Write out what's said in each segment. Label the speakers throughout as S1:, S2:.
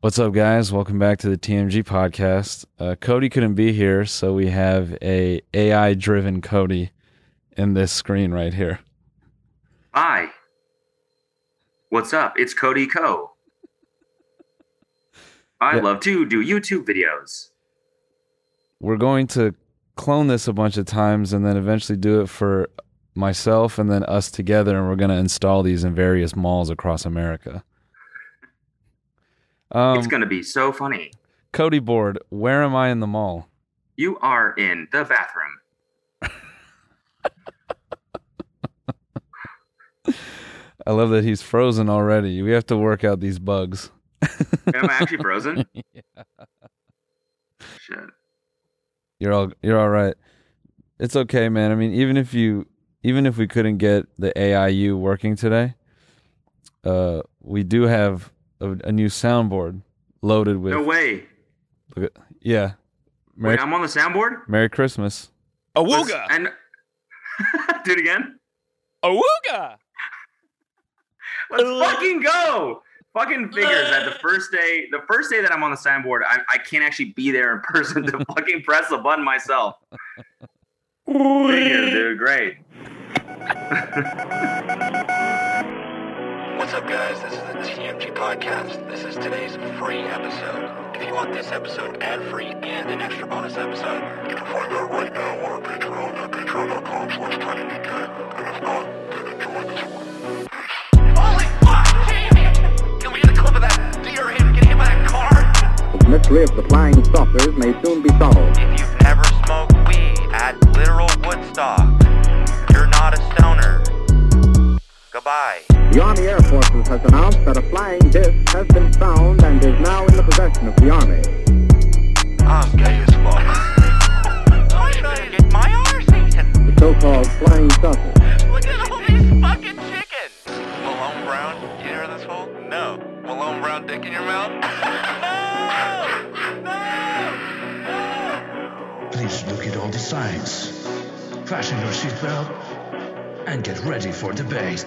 S1: What's up, guys? Welcome back to the TMG podcast. Uh, Cody couldn't be here, so we have a AI-driven Cody in this screen right here.
S2: Hi. What's up? It's Cody Co. I
S1: Yeah.
S2: love to do YouTube videos.
S1: We're going to clone this a bunch of times and then eventually do it for myself and then us together, and we're going to install these in various malls across America. Um,
S2: it's going to be so funny.
S1: Cody board, where am I in the mall?
S2: You are in the bathroom.
S1: I love that he's frozen already. We have to work out these bugs.
S2: Am I actually frozen? Shit.
S1: You're all you're all right. It's okay, man. I mean, even if you even if we couldn't get the AIU working today, uh, we do have a, a new soundboard loaded with
S2: No way.
S1: yeah. Merry,
S2: Wait, I'm on the soundboard?
S1: Merry Christmas.
S2: Let's- And do it again.
S3: Awooga!
S2: Let's
S3: Ugh.
S2: fucking go. Fucking figures that the first day, the first day that I'm on the soundboard, I, I can't actually be there in person to fucking press the button myself. Figures, dude. Great.
S4: What's up, guys? This is the TMG Podcast. This is today's free episode. If you want this episode ad-free and an extra bonus episode, you can find that right now on our Patreon at patreon.com slash tinydk. And if not, then enjoy this one. Holy fuck, Jamie! Can we get a clip of that deer him getting hit by a car?
S5: The mystery of the flying saucers may soon be solved.
S4: If you've never smoked weed at literal Woodstock, you're not a stoner. Goodbye.
S5: The Army Air Forces has announced that a flying disc has been found and is now in the possession of the Army.
S4: I'm gay as fuck. I'm trying to get my arse eaten.
S5: The so-called flying saucer.
S4: Look at all these fucking chickens. Malone Brown, you hear this hole? No. Malone Brown dick in your mouth? no! No!
S6: Please look at all the signs. Fasten your seatbelt and get ready for debate.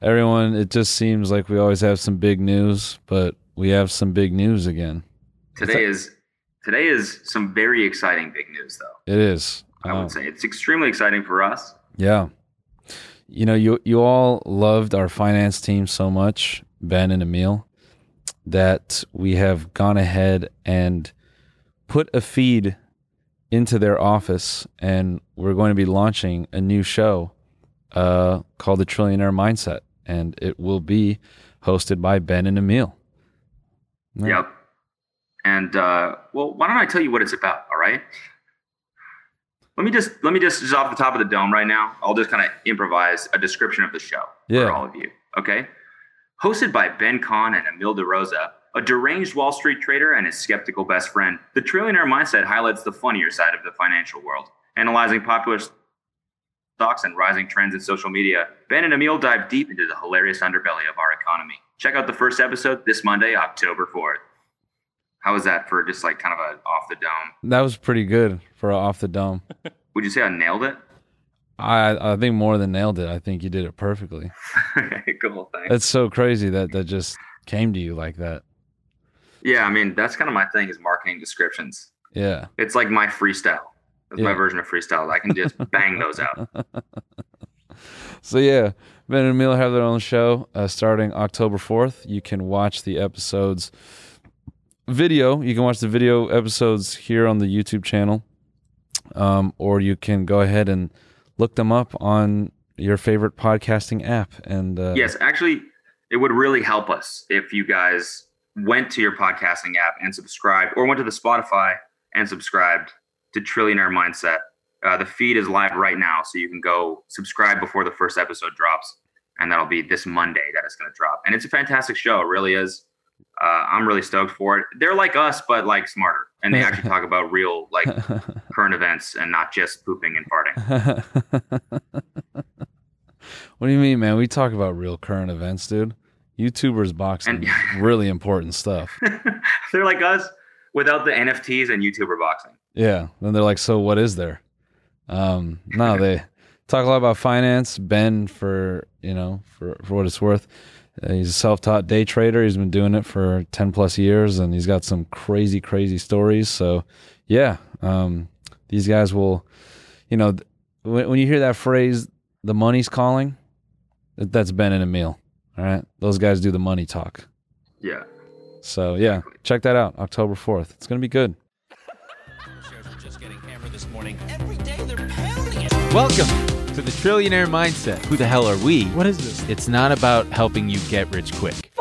S1: Everyone, it just seems like we always have some big news, but we have some big news again.
S2: Today is today is some very exciting big news, though.
S1: It is.
S2: I
S1: Um,
S2: would say it's extremely exciting for us.
S1: Yeah. You know, you you all loved our finance team so much, Ben and Emil, that we have gone ahead and put a feed into their office and we're going to be launching a new show uh, called The Trillionaire Mindset. And it will be hosted by Ben and Emil. Yeah.
S2: Yep. And uh, well, why don't I tell you what it's about? All right. Let me just let me just just off the top of the dome right now. I'll just kind of improvise a description of the show
S1: Yeah.
S2: for all of you. Okay. Hosted by Ben Kahn and Emil DeRosa, a deranged Wall Street trader and his skeptical best friend, the trillionaire mindset highlights the funnier side of the financial world, analyzing popular stocks and rising trends in social media. Ben and Emil dive deep into the hilarious underbelly of our economy. Check out the first episode this Monday, October 4th. How was that for just like kind of a off the dome?
S1: That was pretty good for off the dome.
S2: Would you say I nailed it?
S1: I, I think more than nailed it. I think you did it perfectly.
S2: okay, cool. Thanks.
S1: That's so crazy that that just came to you like that.
S2: yeah, I mean, that's kind of my thing is marketing descriptions.
S1: Yeah.
S2: It's like my freestyle. That's my
S1: Yeah.
S2: version of freestyle. I can just bang those out.
S1: So yeah, Ben and Emil have their own show uh, starting October fourth. You can watch the episodes video. You can watch the video episodes here on the YouTube channel, um, or you can go ahead and look them up on your favorite podcasting app. And uh,
S2: Yes, actually, it would really help us if you guys went to your podcasting app and subscribed, or went to the Spotify and subscribed to Trillionaire Mindset. Uh, the feed is live right now, so you can go subscribe before the first episode drops, and that'll be this Monday that it's going to drop. And it's a fantastic show, it really is. Uh, I'm really stoked for it. They're like us, but like smarter, and they actually talk about real, like current events, and not just pooping and farting.
S1: what do you mean, man? We talk about real current events, dude. YouTubers boxing
S2: And-
S1: really important stuff.
S2: They're like us without the NFTs and YouTuber boxing.
S1: Yeah. Then they're like, so what is there? Um, no, they talk a lot about finance, Ben for, you know, for, for what it's worth. Uh, He's a self-taught day trader. He's been doing it for 10 plus years and he's got some crazy crazy stories. So, yeah, um these guys will you know, th- when, when you hear that phrase the money's calling, that- that's Ben and Emil. All right? Those guys do the money talk.
S2: Yeah.
S1: So, yeah, check that out October 4th. It's going to be good.
S3: Just getting hammered this morning. Every day they're pounding it.
S7: Welcome to the Trillionaire Mindset. Who the hell are we?
S8: What is this?
S7: It's not about helping you get rich quick.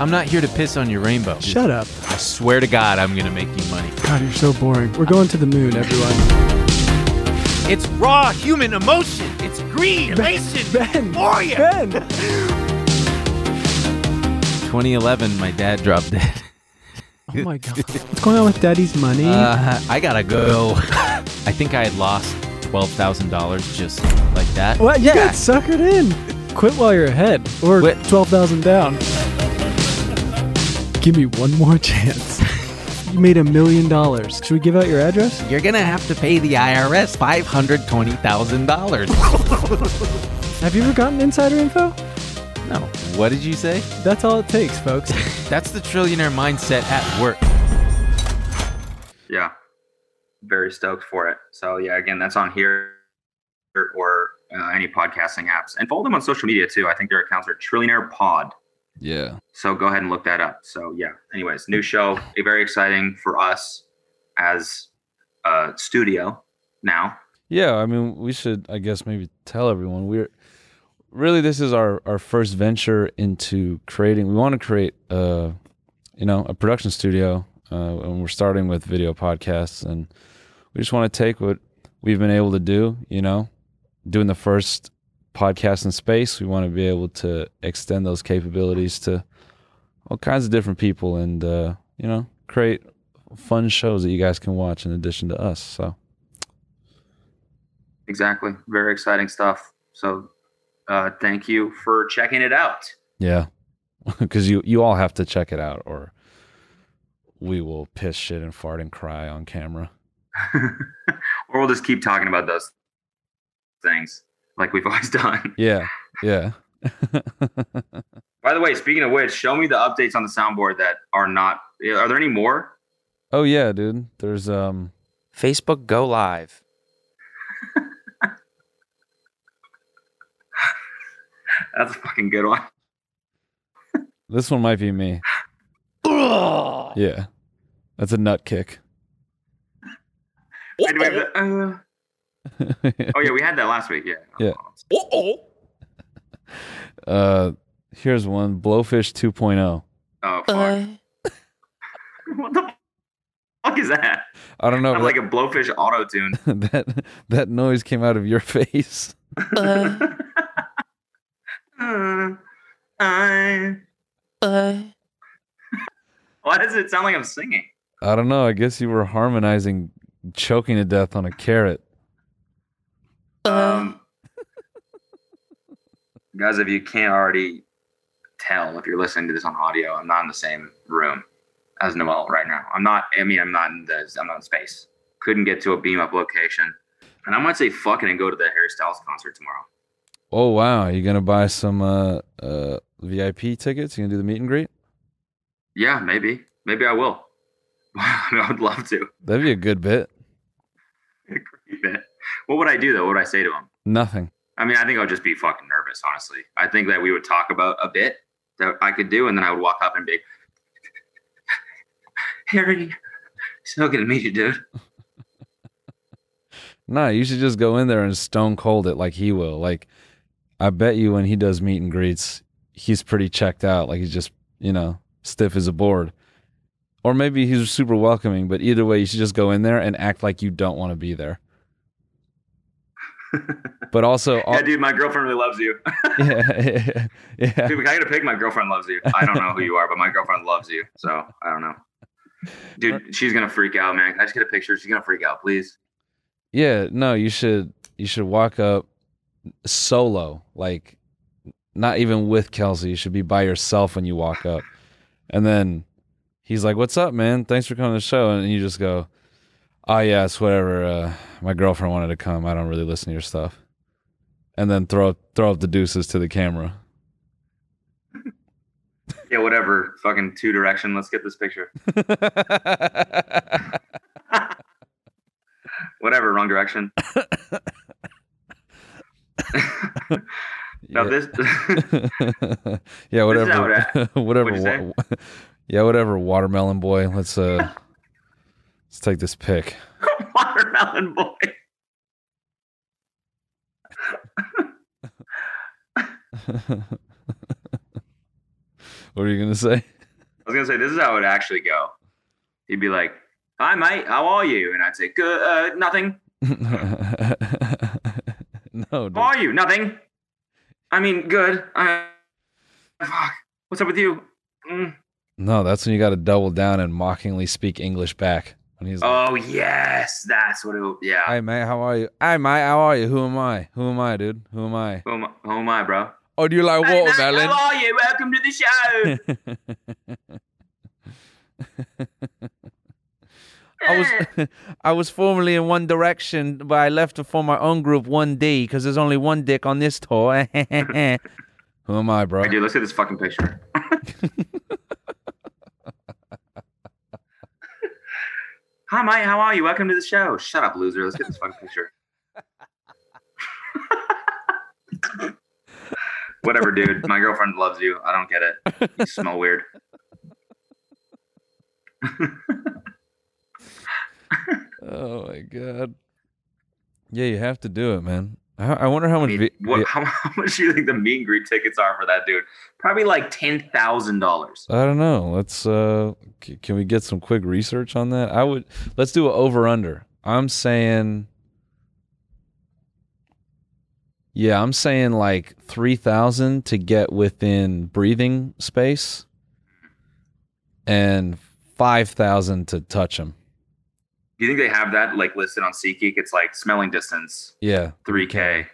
S7: I'm not here to piss on your rainbow.
S8: Shut up.
S7: I swear to God, I'm going to make you money.
S8: God, you're so boring. We're going to the moon, everyone.
S7: It's raw human emotion. It's greed, elation,
S8: Ben!
S7: euphoria.
S8: Ben!
S7: 2011, my dad dropped dead.
S8: Oh my God. What's going on with daddy's money?
S7: Uh, I gotta go. I think I had lost twelve thousand dollars just like that.
S8: what? You got suckered in. Quit while you're ahead or
S7: Quit.
S8: 12,000 down. Give me one more chance. you made a million dollars. Should we give out your address?
S7: You're gonna have to pay the IRS five hundred twenty thousand dollars.
S8: Have you ever gotten insider info?
S7: No. What did you say?
S8: That's all it takes, folks.
S7: That's the trillionaire mindset at work.
S2: yeah very stoked for it so yeah again that's on here or uh, any podcasting apps and follow them on social media too i think their accounts are trillionaire pod
S1: Yeah.
S2: so go ahead and look that up so yeah anyways new show eh, very exciting for us as a studio now
S1: Yeah, I mean, we should, I guess, maybe tell everyone we're really this is our our first venture into creating. We want to create, uh, you know, a production studio, uh, and we're starting with video podcasts, and we just want to take what we've been able to do. You know, doing the first podcast in space, we want to be able to extend those capabilities to all kinds of different people, and uh, you know, create fun shows that you guys can watch in addition to us. So.
S2: exactly very exciting stuff so uh, thank you for checking it out
S1: Yeah. Cuz you you all have to check it out or we will piss shit and fart and cry on camera.
S2: or we'll just keep talking about those things like we've always done
S1: Yeah. Yeah.
S2: By the way, speaking of which, show me the updates on the soundboard that are not. Are there any more?
S1: oh yeah, dude. There's um
S9: Facebook Go Live.
S2: That's a fucking good one.
S1: this one might be me. yeah. That's a nut kick.
S2: Wait, do we have the- uh, oh yeah, we had that last week. Yeah.
S1: Yeah. uh here's one blowfish 2.0.
S2: Oh fuck. what the fuck is that?
S1: I don't know
S2: I'm like a blowfish auto tune.
S1: that that noise came out of your face.
S2: Why does it sound like I'm singing?
S1: I don't know. I guess you were harmonizing choking to death on a carrot.
S2: Um, guys, if you can't already tell, if you're listening to this on audio, I'm not in the same room as Noel right now. I'm not. I mean, I'm not in the. I'm not in space. Couldn't get to a beam up location, and I might say fucking and go to the Harry Styles concert tomorrow.
S1: Oh wow, you gonna buy some uh, uh, VIP tickets? You gonna do the meet and greet?
S2: Yeah, maybe. Maybe I will. I, mean, I would love to.
S1: That'd be a good bit.
S2: What would I do though? What would I say to him?
S1: Nothing.
S2: I mean, I think I would just be fucking nervous, honestly. I think that we would talk about a bit that I could do, and then I would walk up and be, Harry, so good to meet you, dude.
S1: Nah, you should just go in there and stone cold it like he will. Like, I bet you when he does meet and greets, he's pretty checked out. Like he's just you know stiff as a board, or maybe he's super welcoming. But either way, you should just go in there and act like you don't want to be there. but also,
S2: Yeah, dude, my girlfriend really loves you.
S1: yeah, yeah.
S2: dude, I gotta pick. My girlfriend loves you. I don't know who you are, but my girlfriend loves you. So I don't know. Dude, she's gonna freak out, man. Can I just get a picture? She's gonna freak out, please.
S1: Yeah, no, you should you should walk up solo, like not even with Kelsey. You should be by yourself when you walk up. And then he's like, "What's up, man? Thanks for coming to the show." And you just go, "Oh yeah, it's whatever. Uh, my girlfriend wanted to come. I don't really listen to your stuff." And then throw throw up the deuces to the camera.
S2: yeah, whatever. Fucking Two Direction. Let's get this picture. Whatever. Wrong direction. Now
S1: yeah.
S2: this.
S1: yeah,
S2: how
S1: whatever.
S2: it
S1: whatever.
S2: What'd you
S1: wa- yeah, whatever. Watermelon boy. Let's uh, let's take this pick.
S2: watermelon boy.
S1: what are you gonna say?
S2: I was gonna say this is how it would actually go. He'd be like, "Hi, mate. How are you?" And I'd say, "Good. Uh, nothing.
S1: no,
S2: How
S1: dude.
S2: are you? Nothing. I mean, good. Uh, fuck. What's up with you?" Mm.
S1: no. That's when you got to double down and mockingly speak English back. When he's like,
S2: Oh yes, that's what it. w- Yeah.
S1: "Hey mate, how are you? Hey mate, how are you? Who am I? Who am I, dude? Who am I?
S2: who, am I, who am I, bro?
S1: Oh, do you like
S2: Hey, mate,
S1: watermelon?"
S2: how are you? Welcome to the show.
S1: I was I was formerly in One Direction, but I left to form my own group, One D, because there's only one dick on this tour. Who am I, bro?
S2: Hey, dude, let's get this fucking picture. Hi, mate. How are you? Welcome to the show. Shut up, loser. Let's get this fucking picture. Whatever, dude. My girlfriend loves you. I don't get it. You smell weird.
S1: Oh my god. Yeah, you have to do it, man. I, I wonder how
S2: I
S1: much.
S2: mean,
S1: vi-
S2: what,
S1: vi-
S2: how, how much do you think the meet and greet tickets are for that dude? Probably like ten thousand dollars.
S1: I don't know. Let's uh c- can we get some quick research on that? I would let's do an over under. I'm saying Yeah, I'm saying like 3000 to get within breathing space and 5000 to touch him.
S2: Do you think they have that like listed on SeatGeek? It's like smelling distance,
S1: Yeah.
S2: three k.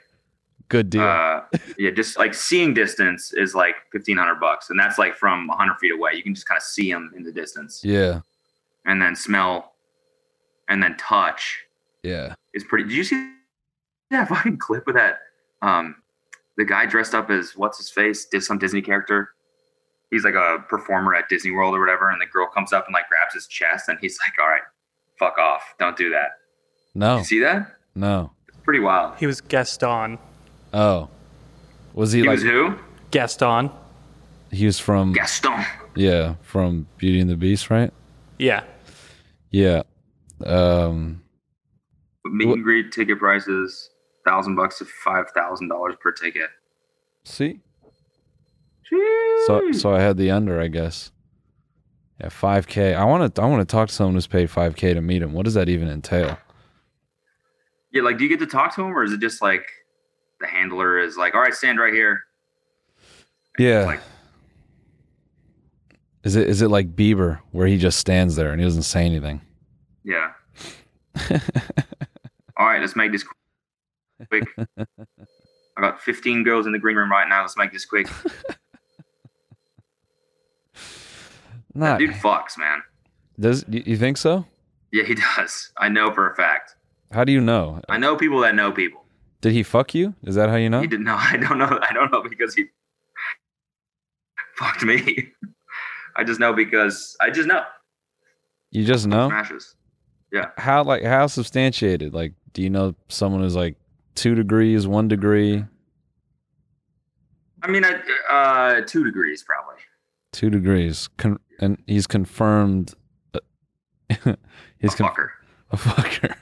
S1: Good deal.
S2: Uh, yeah, just like seeing distance is like fifteen hundred bucks, and that's like from hundred feet away. You can just kind of see them in the distance,
S1: yeah.
S2: and then smell, and then touch
S1: Yeah.
S2: is pretty. Did you see that fucking clip of that? Um, the guy dressed up as what's his face, did some Disney character. He's like a performer at Disney World or whatever, and the girl comes up and like grabs his chest, and he's like, "All right, fuck off, don't do that."
S1: No.
S2: You see that?
S1: No.
S2: Pretty wild.
S10: He was Gaston.
S1: Oh. Was he,
S2: He
S1: like
S2: was who?
S10: Gaston.
S1: he was from
S2: Gaston.
S1: yeah, from Beauty and the Beast, right?
S10: Yeah.
S1: Yeah. Um
S2: meet and greet ticket prices thousand bucks to five thousand dollars per ticket.
S1: see? So so I had the under, I guess. Yeah, 5k. I want to I want to talk to someone who's paid 5k to meet him. What does that even entail?
S2: Yeah, like do you get to talk to him or is it just like the handler is like, all right, stand right here.
S1: Yeah.
S2: Like-
S1: is it is it like Bieber where he just stands there and he doesn't say anything?
S2: Yeah. all right, let's make this quick. I got fifteen girls in the green room right now. Let's make this quick.
S1: Not
S2: Dude fucks, man.
S1: Does you you think so?
S2: Yeah, he does. I know for a fact.
S1: How do you know?
S2: I know people that know people.
S1: Did he fuck you? Is that how you know?
S2: He did not. I don't know. I don't know because he fucked me. I just know because I just know.
S1: You just know?
S2: Smashes.
S1: How like how substantiated? Like do you know someone who's like 2 degrees, 1 degree,
S2: I mean, I, uh, two degrees probably.
S1: two degrees, con- and he's confirmed. Uh, he's
S2: a
S1: con-
S2: fucker.
S1: a fucker.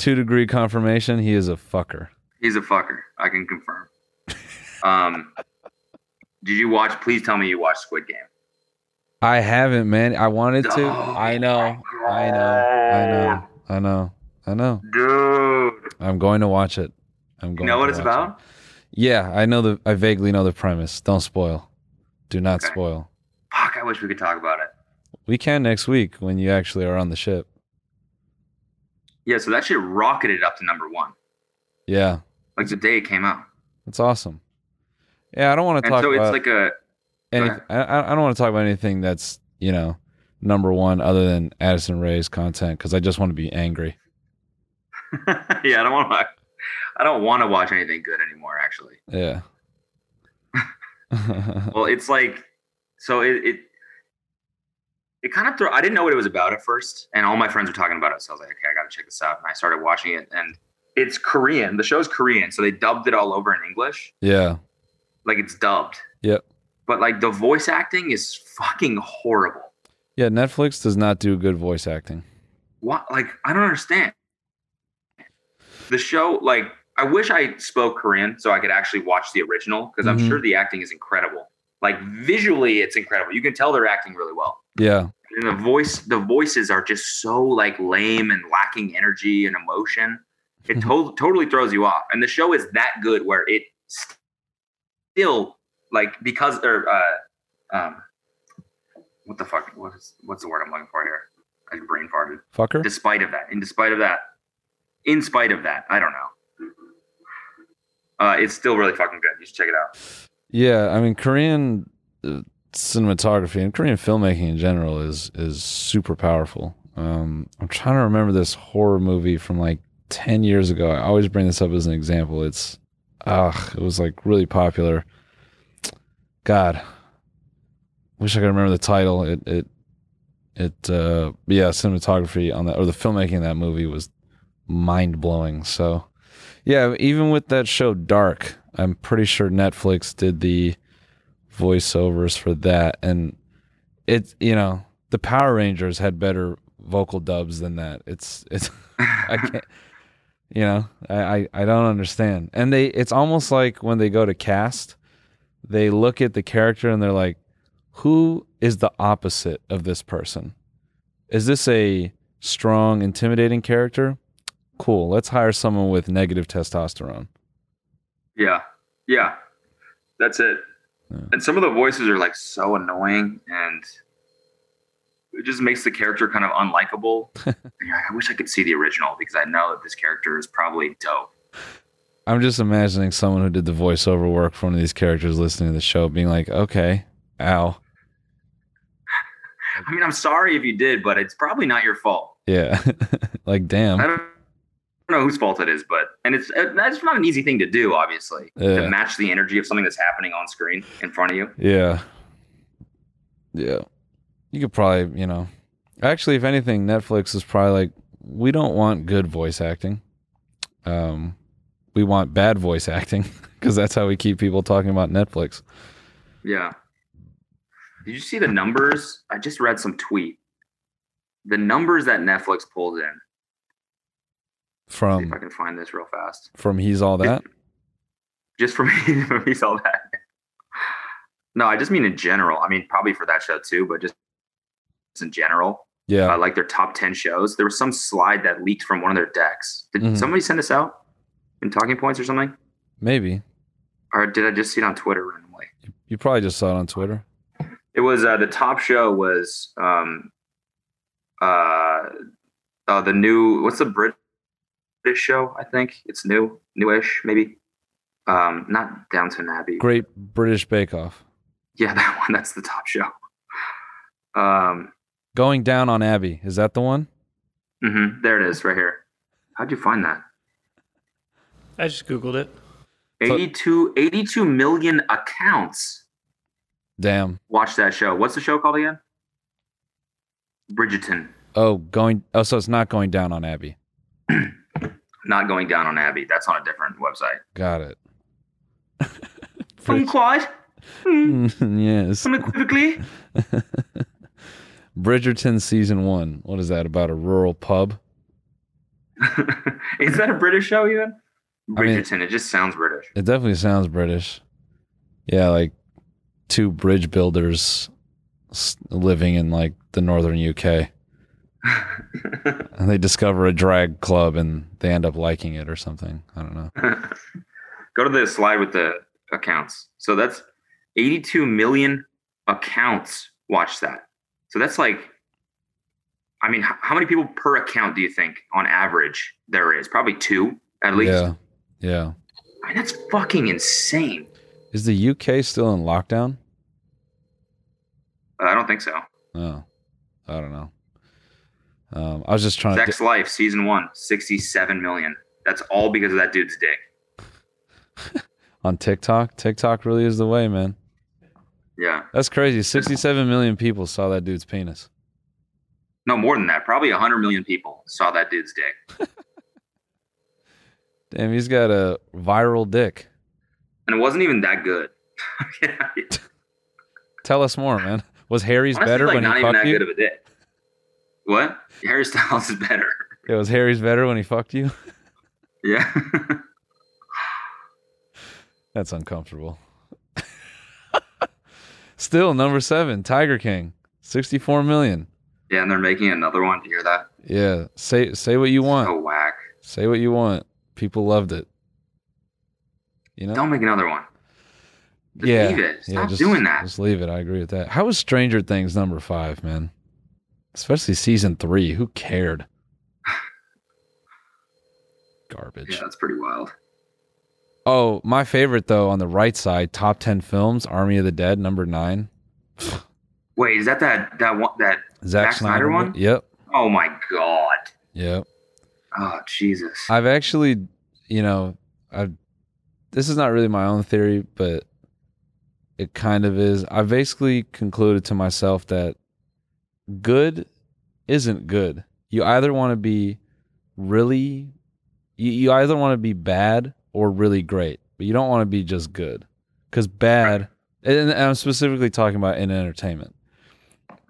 S1: two degree confirmation. He is a fucker.
S2: He's a fucker. I can confirm. um, did you watch? Please tell me you watched Squid Game.
S1: I haven't, man. I wanted to.
S2: Oh
S1: I know. I know. I know. I know. I know.
S2: Dude,
S1: I'm going to watch it. I'm
S2: you
S1: going.
S2: know
S1: to
S2: what it's
S1: watch it.
S2: about?
S1: Yeah, I know the. I vaguely know the premise. Don't spoil. Do not
S2: Okay.
S1: spoil.
S2: Fuck, I wish we could talk about it.
S1: We can next week when you actually are on the ship.
S2: Yeah, so that shit rocketed up to number one,
S1: Yeah,
S2: like the day it came out.
S1: that's awesome. Yeah, I don't want to
S2: And
S1: talk
S2: so it's
S1: about.
S2: like a
S1: any,
S2: ahead.
S1: I, I I don't want to talk about anything that's you know number one other than Addison Ray's content because I just want to be angry.
S2: yeah. I don't want to. I don't want to watch anything good anymore. Actually,
S1: Yeah,
S2: well, it's like so it it, it kind of threw. I didn't know what it was about at first, and all my friends were talking about it. So I was like, okay, I got to check this out. And I started watching it, and it's Korean. The show's Korean, so they dubbed it all over in English.
S1: yeah.
S2: Like it's dubbed.
S1: Yep.
S2: But like the voice acting is fucking horrible.
S1: Yeah, Netflix does not do good voice acting.
S2: What? Like I don't understand. The show, like, I wish I spoke Korean so I could actually watch the original because
S1: Mhm.
S2: I'm sure the acting is incredible. Like visually, it's incredible. You can tell they're acting really well.
S1: Yeah.
S2: and the voice the voices are just so like lame and lacking energy and emotion it to- totally throws you off and the show is that good where it st- still like because or uh um what the fuck what is what's the word i'm looking for here i brain farted
S1: Fucker.
S2: despite of that in despite of that in spite of that i don't know uh it's still really fucking good you should check it out
S1: Yeah, I mean Korean uh, cinematography and Korean filmmaking in general is is super powerful. Um, I'm trying to remember this horror movie from like ten years ago. I always bring this up as an example. It's ugh, it was like really popular. God, wish I could remember the title. It it it uh but yeah, cinematography on that or the filmmaking in that movie was mind blowing. So yeah, even with that show Dark, I'm pretty sure Netflix did the voiceovers for that and it you know, the Power Rangers had better vocal dubs than that. It's it's I can't you know, I, I, I don't understand. And they it's almost like when they go to cast, they look at the character and they're like, who is the opposite of this person? Is this a strong, intimidating character? Cool. Let's hire someone with negative testosterone.
S2: Yeah. Yeah. That's it. And some of the voices are like so annoying and it just makes the character kind of unlikable. And you're like, I wish I could see the original because I know that this character is probably dope.
S1: I'm just imagining someone who did the voiceover work for one of these characters listening to the show being like, okay, ow.
S2: I mean, I'm sorry if you did, but it's probably not your fault.
S1: Yeah. like,
S2: I
S1: damn.
S2: don't, I don't know whose fault it is, but and it's uh, that's not an easy thing to do, obviously,
S1: Yeah.
S2: to match the energy of something that's happening on screen in front of you.
S1: Yeah. Yeah. You could probably, you know, actually, if anything, Netflix is probably like, we don't want good voice acting. Um, we want bad voice acting because that's how we keep people talking about Netflix.
S2: Yeah. Did you see the numbers? I just read some tweet. The numbers that Netflix pulled in. See if I
S1: From
S2: can find this real fast.
S1: from he's all that.
S2: Just for me, for me, saw that. No, I just mean in general. I mean, probably for that show too, but just just in general,
S1: Yeah.
S2: uh, like their top ten shows. There was some slide that leaked from one of their decks. Did
S1: Mhm.
S2: somebody send this out in talking points or something?
S1: Maybe.
S2: Or did I just see it on Twitter randomly?
S1: You probably just saw it on Twitter.
S2: It was uh, the top show was um, uh, uh, the new what's the Brit- British show? I think it's new, newish maybe. Um, not Downton Abbey.
S1: Great British Bake Off.
S2: Yeah, that one. That's the top show. Um,
S1: Going down on Abby. Is that the one?
S2: mhm, there it is, right here. How'd you find that?
S10: I just Googled it.
S2: 82, 82 million accounts
S1: Damn.
S2: watch that show. What's the show called again? Bridgerton.
S1: Oh, going. Oh, so it's not going down on Abby.
S2: Not going down on Abbey. That's on a different website.
S1: Got it.
S2: I'm quiet. Hmm.
S1: yes.
S2: Unequivocally.
S1: Bridgerton season one. What is that about? A rural pub?
S2: is that a British show even?
S1: I mean-
S2: Bridgerton. it just sounds British.
S1: It definitely sounds British. Yeah, like two bridge builders s- living in like the northern UK. and they discover a drag club and they end up liking it or something. I don't know.
S2: Go to the slide with the accounts. So that's 82 million accounts watch that. So that's like, I mean, h- how many people per account do you think on average there is? Probably two at least.
S1: Yeah. Yeah.
S2: I mean, that's fucking insane.
S1: Is the UK still in lockdown?
S2: Uh, I don't think so.
S1: Oh, I don't know. Um, I was just trying
S2: Sex Life season one, 67 million. That's all because of that dude's dick.
S1: to on TikTok. TikTok really is the way, man.
S2: Yeah.
S1: That's crazy. 67 million people saw that dude's penis.
S2: No, more than that. Probably 100 million people saw that dude's dick.
S1: Damn, he's got a viral dick.
S2: And it wasn't even that good. yeah.
S1: Tell us more, man. Was Harry's
S2: Honestly,
S1: better
S2: like,
S1: when
S2: not
S1: he
S2: even
S1: fucked
S2: that
S1: you?
S2: good of a dick. What? Harry Styles is better.
S1: Yeah, was Harry's better when he fucked you?
S2: Yeah.
S1: That's uncomfortable. Still number seven, Tiger King, sixty-four million.
S2: yeah, and they're making another one. Do you hear that?
S1: Yeah, say say what you want.
S2: Oh, whack.
S1: Say what you want. People loved it. You know?
S2: Don't make another one. Just
S1: yeah.
S2: leave it.
S1: yeah,
S2: Stop
S1: just,
S2: doing that.
S1: Just leave it. I agree with that. How was Stranger Things number five, man? Especially season three. Who cared? Garbage.
S2: Yeah, that's pretty wild.
S1: Oh, my favorite though on the right side, top ten films, Army of the Dead, number nine.
S2: Wait, is that that that one that?
S1: Zack
S2: Zack Snyder one?
S1: Yep.
S2: Oh my god.
S1: Yep.
S2: Oh Jesus.
S1: I've actually, you know, I this is not really my own theory, but it kind of is. I basically concluded to myself that good isn't good. You either want to be really you, you either want to be bad or really great, but you don't want to be just good. Cuz bad and, and I'm specifically talking about in entertainment.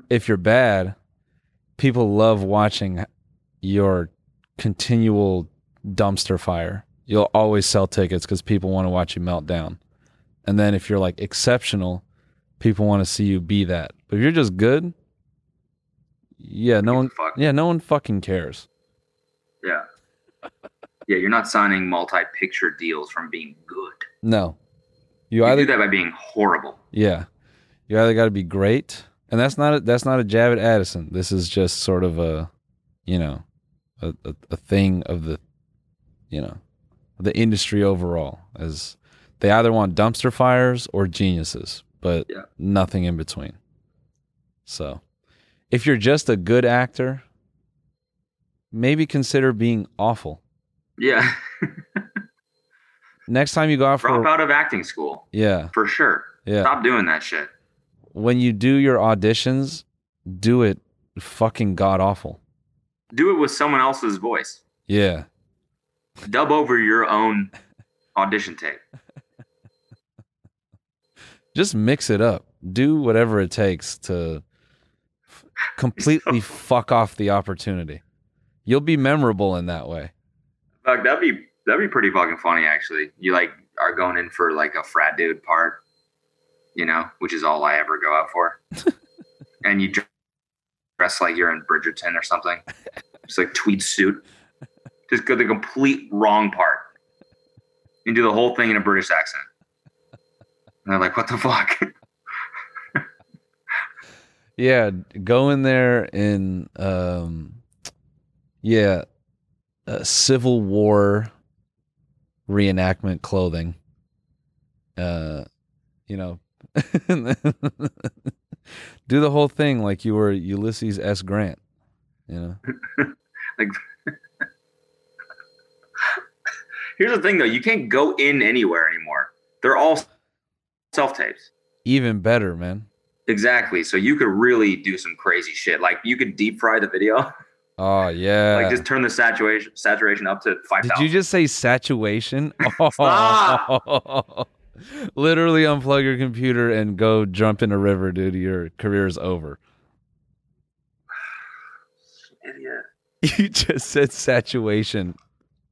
S1: If you're bad, people love watching your continual dumpster fire. You'll always sell tickets because people want to watch you melt down. And then if you're like exceptional, people want to see you be that. But if you're just good, yeah, no
S2: Give a
S1: one,
S2: fuck.
S1: yeah, no one fucking cares.
S2: Yeah. Yeah, you're not signing multi-picture deals from being good.
S1: No, you
S2: You
S1: either
S2: do that by being horrible.
S1: Yeah, you either got to be great, and that's not a, that's not a jab at Addison. This is just sort of a, you know, a, a, a thing of the, you know, the industry overall. As they either want dumpster fires or geniuses, but
S2: Yeah.
S1: nothing in between. So, if you're just a good actor, maybe consider being awful.
S2: Yeah.
S1: Next time you go out
S2: Drop
S1: for
S2: out of acting school
S1: yeah
S2: for sure.
S1: yeah.
S2: Stop doing that shit.
S1: when you do your auditions, do it fucking god awful.
S2: Do it with someone else's voice.
S1: Yeah.
S2: Dub over your own audition tape.
S1: Just mix it up. Do whatever it takes to f- completely fuck off the opportunity. You'll be memorable in that way.
S2: Fuck, that'd be that'd be pretty fucking funny actually. You like are going in for like a frat dude part, you know, which is all I ever go out for. and you dr- dress like you're in Bridgerton or something. Just like tweed suit. Just go the complete wrong part. You do the whole thing in a British accent. And they're like, what the fuck?
S1: Yeah, go in there in um yeah, uh, Civil War reenactment clothing. Uh you know, do the whole thing like you were Ulysses S. Grant, you know.
S2: Here's the thing though, you can't go in anywhere anymore. They're all self tapes.
S1: Even better, man.
S2: Exactly. So you could really do some crazy shit. Like you could deep fry the video.
S1: Oh yeah.
S2: like just turn the saturation saturation up to five
S1: Did you
S2: thousand.
S1: just say saturation?
S2: Stop.
S1: Literally unplug your computer and go jump in a river, dude. Your career's over.
S2: Idiot.
S1: You just said saturation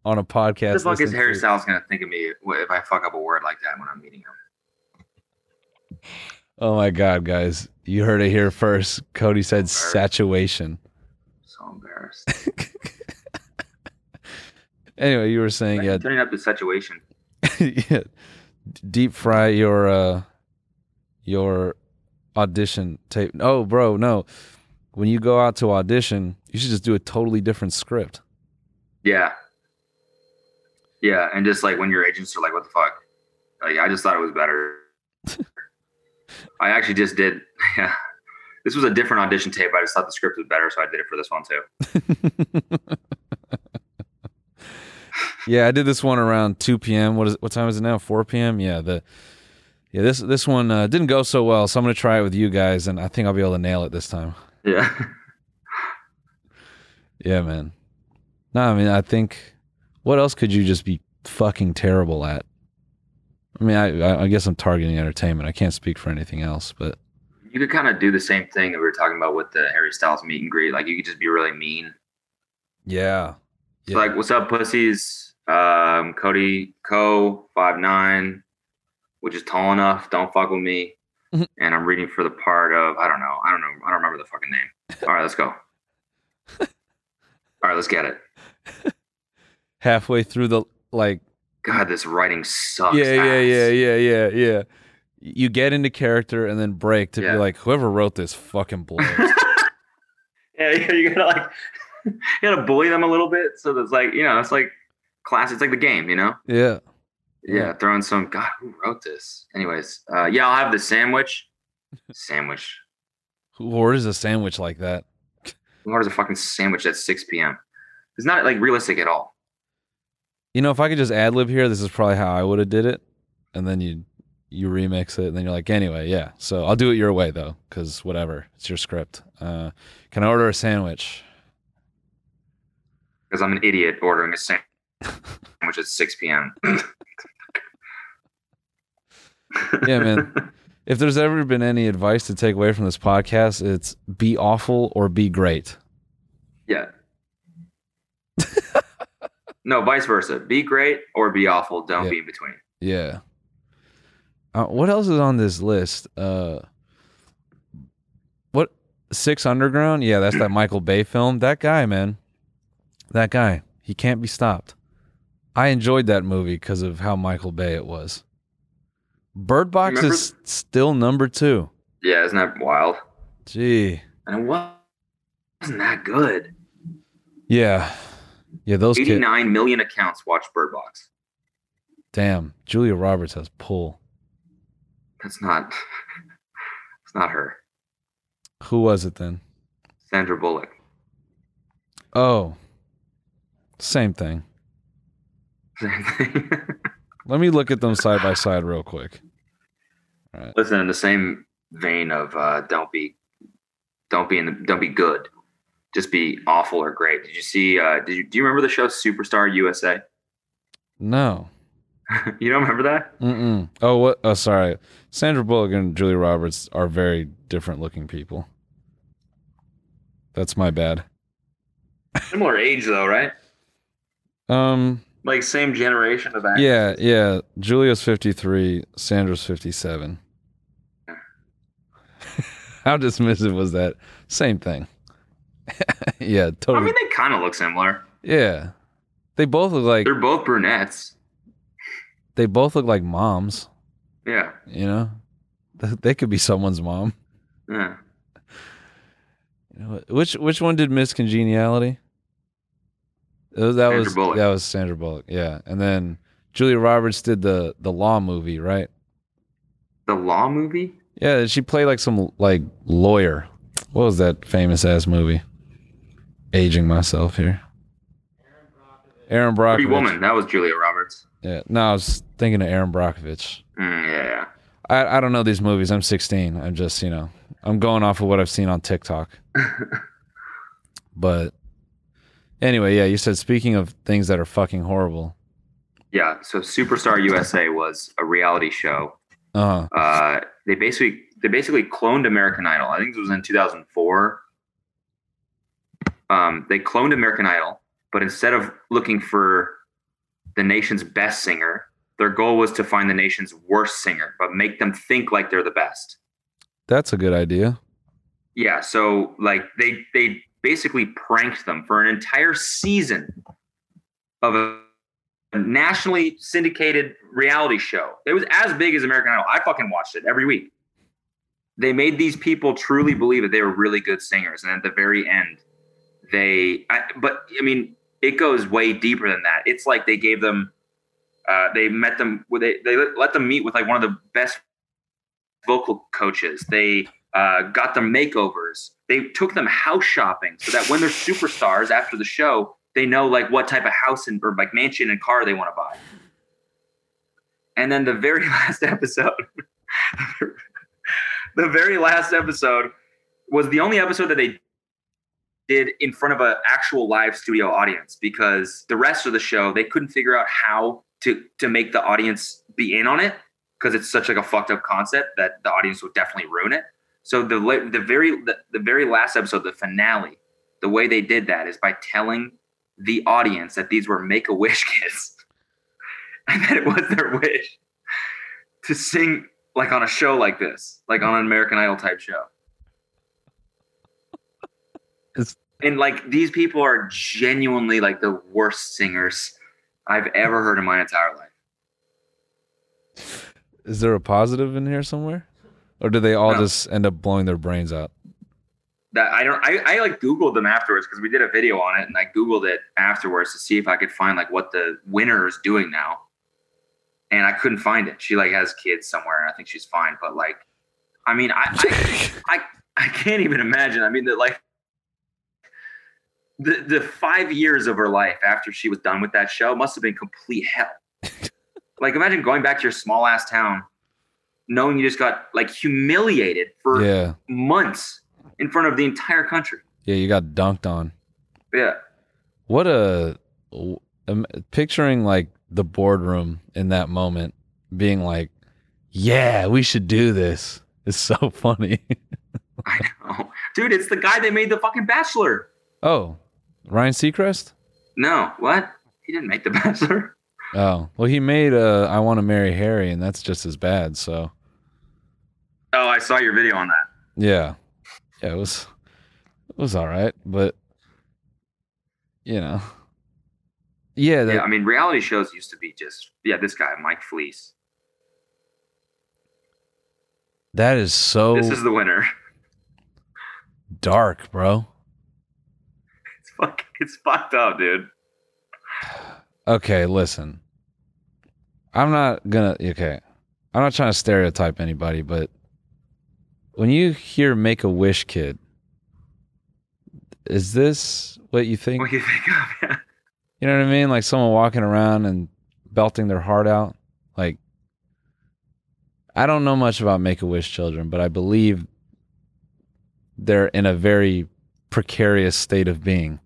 S1: on a podcast.
S2: What the fuck is
S1: listening
S2: Harry
S1: to-
S2: Styles gonna think of me wh- if I fuck up a word like that when I'm meeting him?
S1: Oh my god, guys. You heard it here first. Cody said
S2: Sorry.
S1: saturation.
S2: So embarrassed.
S1: Anyway, you were saying yeah,
S2: Imagine Turning up the saturation.
S1: yeah. Deep fry your uh your audition tape. Oh, bro, no. When you go out to audition, you should just do a totally different script.
S2: Yeah. Yeah, and just like when your agents are like, "What the fuck?" Like I just thought it was better. I actually just did. Yeah. This was a different audition tape. I just thought the script was better, so I did it for this one too.
S1: Yeah, I did this one around 2 p.m. What is what time is it now? 4 p.m. Yeah, the Yeah, this this one uh, didn't go so well, so I'm gonna try it with you guys, and I think I'll be able to nail it this time.
S2: Yeah.
S1: Yeah, man. No, I mean, I think what else could you just be fucking terrible at? I mean, I, I- I guess I'm targeting entertainment. I can't speak for anything else, but
S2: You could kind of do the same thing that we were talking about with the Harry Styles meet and greet. Like you could just be really mean.
S1: yeah,
S2: It's like, what's up, pussies? Um, Cody Co five nine, which is tall enough. Don't fuck with me.
S1: Mhm.
S2: And I'm reading for the part of I don't know. I don't know. I don't remember the fucking name. All right, let's go. All right, let's get it.
S1: halfway through the like,
S2: God, this writing sucks.
S1: yeah, yeah,
S2: ass.
S1: yeah, yeah, yeah, yeah. You get into character and then break to
S2: Yeah.
S1: be like, whoever wrote this fucking blows.
S2: yeah, yeah, you gotta like you gotta bully them a little bit so that's like you know it's like class it's like the game you know
S1: yeah,
S2: yeah
S1: Mm.
S2: throwing some god who wrote this anyways uh yeah i'll have the sandwich sandwich
S1: who orders a sandwich like that?
S2: who orders a fucking sandwich at 6 p.m it's not like realistic at all
S1: You know, if I could just ad lib here, this is probably how I would have did it. And then you you remix it, and then you're like, anyway, yeah. So I'll do it your way though, because whatever, it's your script. Uh, can I order a sandwich?
S2: because i'm an idiot ordering a sandwich at 6 p.m
S1: Yeah, man. if there's ever been any advice to take away from this podcast, it's be awful or be great.
S2: yeah no vice versa be great or be awful don't
S1: Yeah.
S2: be in between
S1: Yeah. Uh, what else is on this list? Uh, what Six Underground? Yeah, that's that Michael Bay film. That guy, man. That guy. He can't be stopped. I enjoyed that movie because of how Michael Bay it was. Bird Box
S2: Remember-
S1: is still number two.
S2: yeah isn't that wild
S1: Gee.
S2: and it wa- wasn't that good.
S1: Yeah. Yeah, those kids.
S2: Eighty-nine million accounts watch Bird Box.
S1: Damn. Julia Roberts has pull.
S2: That's not. It's not her.
S1: Who was it then?
S2: Sandra Bullock.
S1: Oh. Same thing.
S2: Same thing.
S1: Let me look at them side by side real quick.
S2: Listen, in the same vein of uh, don't be, don't be in the, don't be good, just be awful or great. Did you see? Uh, did you do you remember the show Superstar USA?
S1: No.
S2: you don't remember that?
S1: Mm-mm. Oh, what? Oh, sorry. Sandra Bullock and Julia Roberts are very different looking people. That's my bad.
S2: Similar age though, right?
S1: Um.
S2: Like same generation of that.
S1: Yeah. Yeah. Julia's fifty-three. Sandra's fifty-seven. How dismissive was that? Same thing. yeah.
S2: I
S1: Totally.
S2: mean, they kind of look similar.
S1: yeah. They both look like
S2: They're both brunettes.
S1: they both look like moms.
S2: Yeah.
S1: You know, they could be someone's mom.
S2: Yeah.
S1: You know, which which one did Miss Congeniality? That was that
S2: Sandra
S1: was,
S2: Bullock.
S1: that was Sandra Bullock. Yeah, and then Julia Roberts did the the law movie, right?
S2: The Law movie.
S1: Yeah, she played like some like lawyer. What was that famous ass movie? Aging myself here. Aaron Brockovich.
S2: Pretty Woman. That was Julia Roberts.
S1: Yeah. No, I was thinking of Aaron Brockovich.
S2: Mm, yeah, yeah.
S1: I I don't know these movies. I'm 16. I'm just you know I'm going off of what I've seen on TikTok. but anyway, yeah, you said speaking of things that are fucking horrible.
S2: Yeah. So Superstar USA was a reality show.
S1: Uh huh.
S2: Uh, they basically they basically cloned American Idol. I think this was in 2004. Um, they cloned American Idol, but instead of looking for the nation's best singer, their goal was to find the nation's worst singer, but make them think like they're the best.
S1: That's a good idea.
S2: Yeah, so like they they basically pranked them for an entire season of a, a nationally syndicated reality show. It was as big as American Idol. I fucking watched it every week. They made these people truly believe that they were really good singers, and at the very end, they. I, but I mean, it goes way deeper than that. It's like they gave them, uh, they met them, with- they they let them meet with like one of the best vocal coaches. They uh, got them makeovers. They took them house shopping so that when they're superstars after the show, they know like what type of house and or like mansion and car they want to buy. And then the very last episode, the very last episode was the only episode that they did in front of an actual live studio audience because the rest of the show they couldn't figure out how to to make the audience be in on it because it's such like a fucked up concept that the audience would definitely ruin it. So the la- the very the, the very last episode, the finale, the way they did that is by telling the audience that these were Make a Wish kids, and that it was their wish to sing like on a show like this, like on an American Idol type show.
S1: It's-
S2: and like these people are genuinely like the worst singers I've ever heard in my entire life.
S1: Is there a positive in here somewhere? Or do they all
S2: No.
S1: just end up blowing their brains out?
S2: that I don't I, I like Googled them afterwards because we did a video on it and I Googled it afterwards to see if I could find like what the winner is doing now. And I couldn't find it. She like has kids somewhere and I think she's fine. But like I mean I I I, I can't even imagine. I mean that like the the five years of her life after she was done with that show must have been complete hell. like imagine going back to your small ass town knowing you just got like humiliated for
S1: Yeah.
S2: months in front of the entire country.
S1: Yeah, you got dunked on.
S2: Yeah.
S1: What a um, picturing like the boardroom in that moment being like, "Yeah, we should do this." It's so funny.
S2: I know. Dude, it's the guy that made the fucking Bachelor.
S1: oh, Ryan Seacrest?
S2: No, what? He didn't make the Bachelor.
S1: Oh, well he made uh I Want to Marry Harry and that's just as bad, so
S2: Oh, I saw your video on that.
S1: Yeah. Yeah, it was it was all right, but you know. Yeah, that,
S2: yeah, I mean, reality shows used to be just, yeah, this guy, Mike Fleece.
S1: that is so
S2: This is the winner.
S1: dark, bro.
S2: It's, fuck, it's fucked up, dude.
S1: Okay, listen. I'm not gonna okay. I'm not trying to stereotype anybody, but when you hear make a wish kid, is this what you think?
S2: What do you think of? Yeah.
S1: You know what I mean? Like someone walking around and belting their heart out. Like, I don't know much about Make a Wish children, but I believe they're in a very precarious state of being.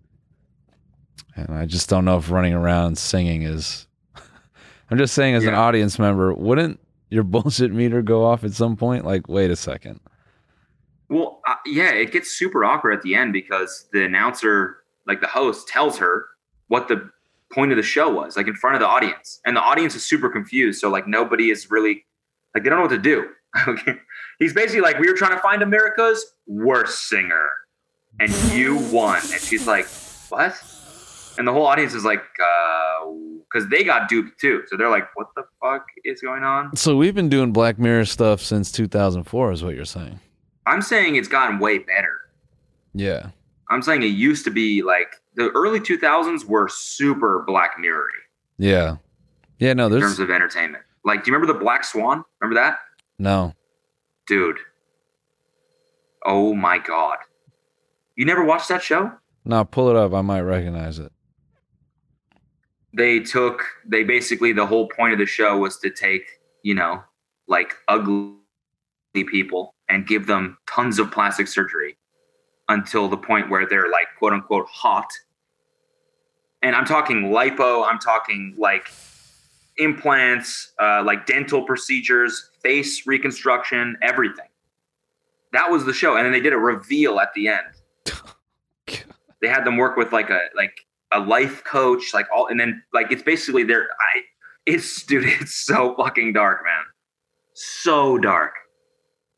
S1: And I just don't know if running around singing is. I'm just saying, as an
S2: Yeah.
S1: audience member, wouldn't your bullshit meter go off at some point? Like, wait a second.
S2: Well, uh, yeah, it gets super awkward at the end because the announcer, like the host, tells her what the point of the show was, like in front of the audience, and the audience is super confused. So like nobody is really like they don't know what to do. Okay, he's basically like, we were trying to find America's worst singer, and you won, and she's like, what? And the whole audience is like, because they got duped too, so they're like, what the fuck is going on?
S1: So, we've been doing Black Mirror stuff since 2004, is what you're saying.
S2: I'm saying it's gotten way better.
S1: Yeah.
S2: I'm saying it used to be like the early 2000s were super Black Mirror
S1: Yeah. Yeah, no,
S2: in
S1: there's.
S2: terms of entertainment. Like, do you remember the Black Swan? Remember that,
S1: no.
S2: dude? Oh my god! You never watched that show?
S1: Nah, pull it up. I might recognize it.
S2: They took they basically the whole point of the show was to take you know like ugly people and give them tons of plastic surgery until the point where they're like quote unquote hot. And I'm talking lipo. I'm talking like implants, uh, like dental procedures, face reconstruction, everything. That was the show, and then they did a reveal at the end. they had them work with like a like a life coach, like all, and then like it's basically their. I it's dude, it's so fucking dark, man. So dark.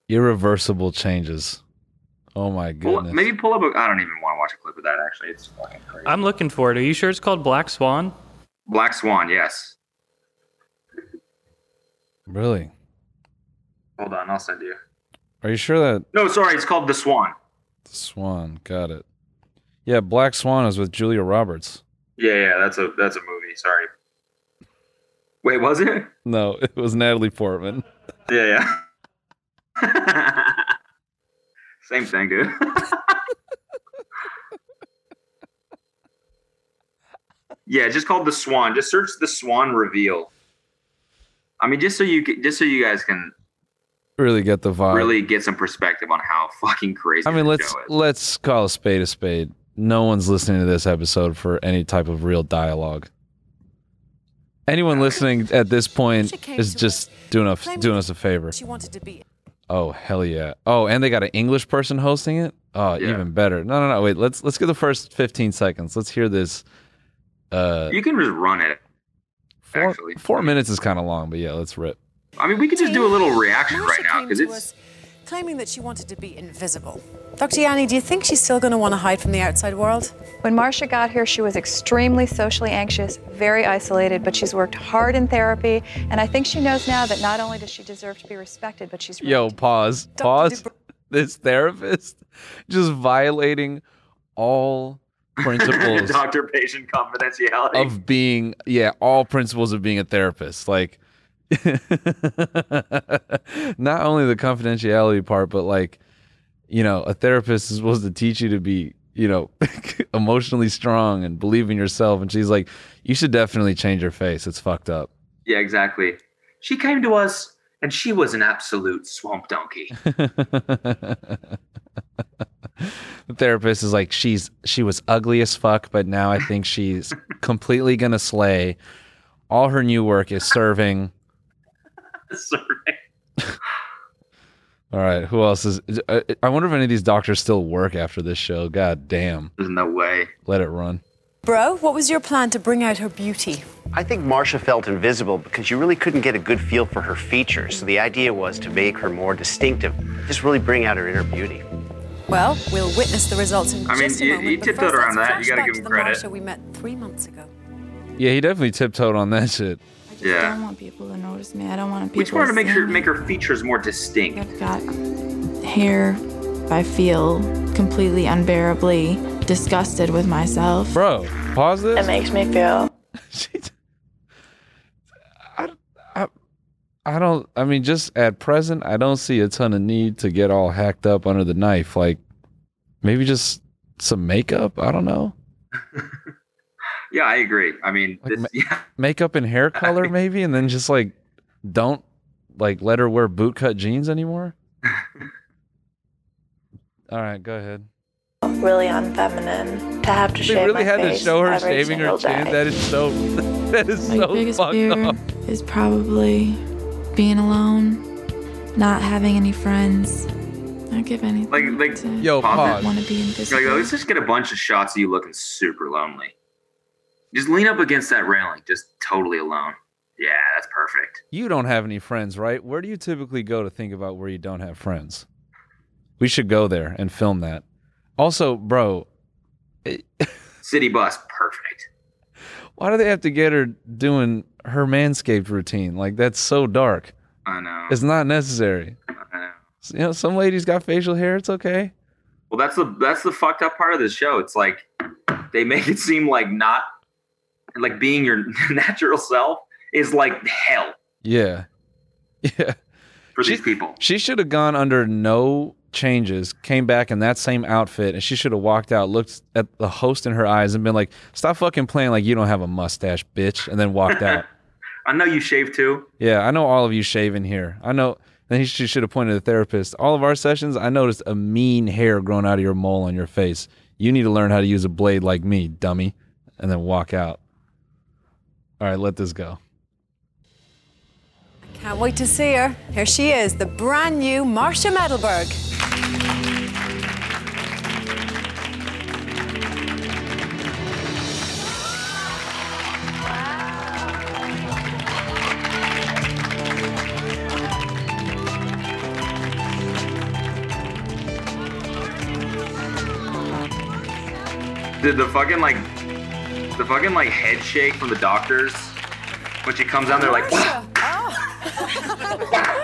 S1: Irreversible changes. Oh my
S2: Pull,
S1: goodness.
S2: maybe pull up. A, I don't even want to watch a clip of that. Actually, it's fucking crazy.
S10: I'm looking for it. Are you sure it's called Black Swan?
S2: Black Swan. Yes.
S1: Really?
S2: Hold on, I'll send you.
S1: Are you sure that
S2: No, sorry, it's called The Swan.
S1: Swan got it? Yeah, Black Swan is with Julia Roberts.
S2: Yeah, yeah, that's a that's a movie. Sorry. Wait, was it?
S1: No, it was Natalie Portman.
S2: Yeah, yeah. Same thing, dude. yeah, just called the Swan. Just search the Swan reveal. I mean, just so you ca- just so you guys can
S1: really get the vibe.
S2: really get some perspective on how fucking crazy.
S1: Uh, I mean,
S2: this
S1: let's
S2: show is.
S1: let's call a spade a spade. No one's listening to this episode for any type of real dialogue. Anyone listening at this point is just doing us doing us a favor. Oh hell yeah! Oh, and they got an English person hosting it. Oh,
S2: Yeah.
S1: even better. No, no, no. Wait, let's let's get the first fifteen seconds. Let's hear this. Uh,
S2: you can just run it.
S1: four,
S2: actually.
S1: four minutes is kind of long, but yeah, let's rip.
S2: I mean, we could just do a little reaction right now because it's
S11: claiming that she wanted to be invisible. Dr. Yanni, do you think she's still going to want to hide from the outside world?
S12: When Marcia got here, she was extremely socially anxious, very isolated, but she's worked hard in therapy, and I think she knows now that not only does she deserve to be respected, but she's
S1: Yo, pause, pause. This therapist just violating all principles
S2: doctor-patient confidentiality.
S1: of being, yeah, all principles of being a therapist. Like, not only the confidentiality part, but like, you know, a therapist is supposed to teach you to be, you know, emotionally strong and believe in yourself. And she's like, you should definitely change your face. It's fucked up.
S2: yeah, exactly. She came to us and she was an absolute swamp donkey.
S1: the therapist is like she's she was ugly as fuck but now i think she's completely gonna slay all her new work is serving
S2: Sorry.
S1: all right who else is i I wonder if any of these doctors still work after this show god damn
S2: There's no way.
S1: let it run
S11: Bro, what was your plan to bring out her beauty?
S13: I think Marcia felt invisible because you really couldn't get a good feel for her features. So the idea was to make her more distinctive, just really bring out her inner beauty.
S11: Well, we'll witness the results in
S2: I mean,
S11: just a
S2: you-
S11: moment.
S2: you
S11: but
S2: tiptoed
S11: first,
S2: around
S11: let's
S2: that. You gotta
S11: flashback
S2: give
S11: to
S2: him
S11: the
S2: credit.
S11: Marsha we met three months ago.
S1: yeah he definitely tiptoed on that shit
S2: Yeah.
S14: I don't want people to notice me. I don't want people
S2: We just wanted to make
S14: seeing
S2: sure
S14: me.
S2: make her features more distinct.
S14: I've got hair. I feel completely unbearably disgusted with myself.
S1: bro pause this
S14: It makes me feel.
S1: I don't. I mean, just at present, I don't see a ton of need to get all hacked up under the knife. Like, maybe just some makeup. I don't know.
S2: Yeah, I agree. I mean, this, yeah,
S1: Makeup and hair color, maybe, and then just like, don't like let her wear bootcut jeans anymore. all right, go ahead.
S14: Really unfeminine to have to
S1: They really had to show her shaving her chin. That is so. That is
S14: My
S1: so
S14: biggest
S1: fucked
S14: fear
S1: up.
S14: is probably being alone, not having any friends, not give anything.
S2: like, like,
S1: Yo,
S2: pause.
S14: Want to be
S2: Like, oh,
S14: invisible.
S2: let's just get a bunch of shots of you looking super lonely. Just lean up against that railing, just totally alone. Yeah, that's perfect.
S1: You don't have any friends, right? Where do you typically go to think about where you don't have friends? We should go there and film that. Also, bro,
S2: City bus, perfect.
S1: why do they have to get her doing her manscaped routine? Like that's so dark.
S2: I know.
S1: It's not necessary.
S2: I know.
S1: You know, some ladies got facial hair. It's okay.
S2: Well, that's the that's the fucked up part of this show. It's like they make it seem like not like being your natural self is like hell
S1: Yeah, yeah.
S2: for these people.
S1: She should have gone under no changes. Came back in that same outfit, and she should have walked out, looked at the host in her eyes, and been like, "Stop fucking playing like you don't have a mustache, bitch," and then walked out.
S2: I know you shave too.
S1: Yeah, I know all of you shave in here. I know. Then he- she should have pointed to the therapist. All of our sessions, I noticed a mean hair growing out of your mole on your face. You need to learn how to use a blade like me, dummy, and then walk out. All right, let this go.
S11: Can't wait to see her. Here she is, the brand new Marsha Medelberg.
S2: Did the fucking like the fucking like head shake from the doctors when she comes down? They're like,
S11: Marsha. Oh.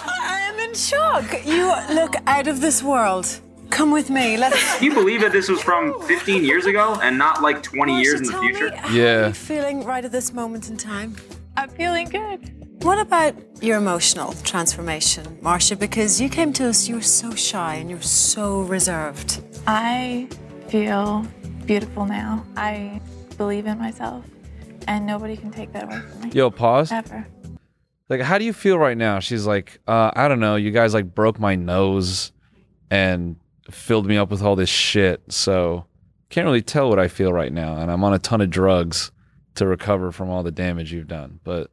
S11: I am in shock. You look out of this world. Come with me. Let's.
S2: Can you believe that this was from 15 years ago and not like 20 years in the future?
S11: How are you feeling right at this moment in time? I'm feeling good. What about your emotional transformation, Marcia? Because you came to us, you were so shy and you were so reserved.
S14: I feel beautiful now. I believe in myself, and nobody can take that away from me.
S1: Yo, pause.
S14: Ever.
S1: like, how do you feel right now? She's like, uh, I don't know. You guys like broke my nose and filled me up with all this shit. So can't really tell what I feel right now. And I'm on a ton of drugs to recover from all the damage you've done. But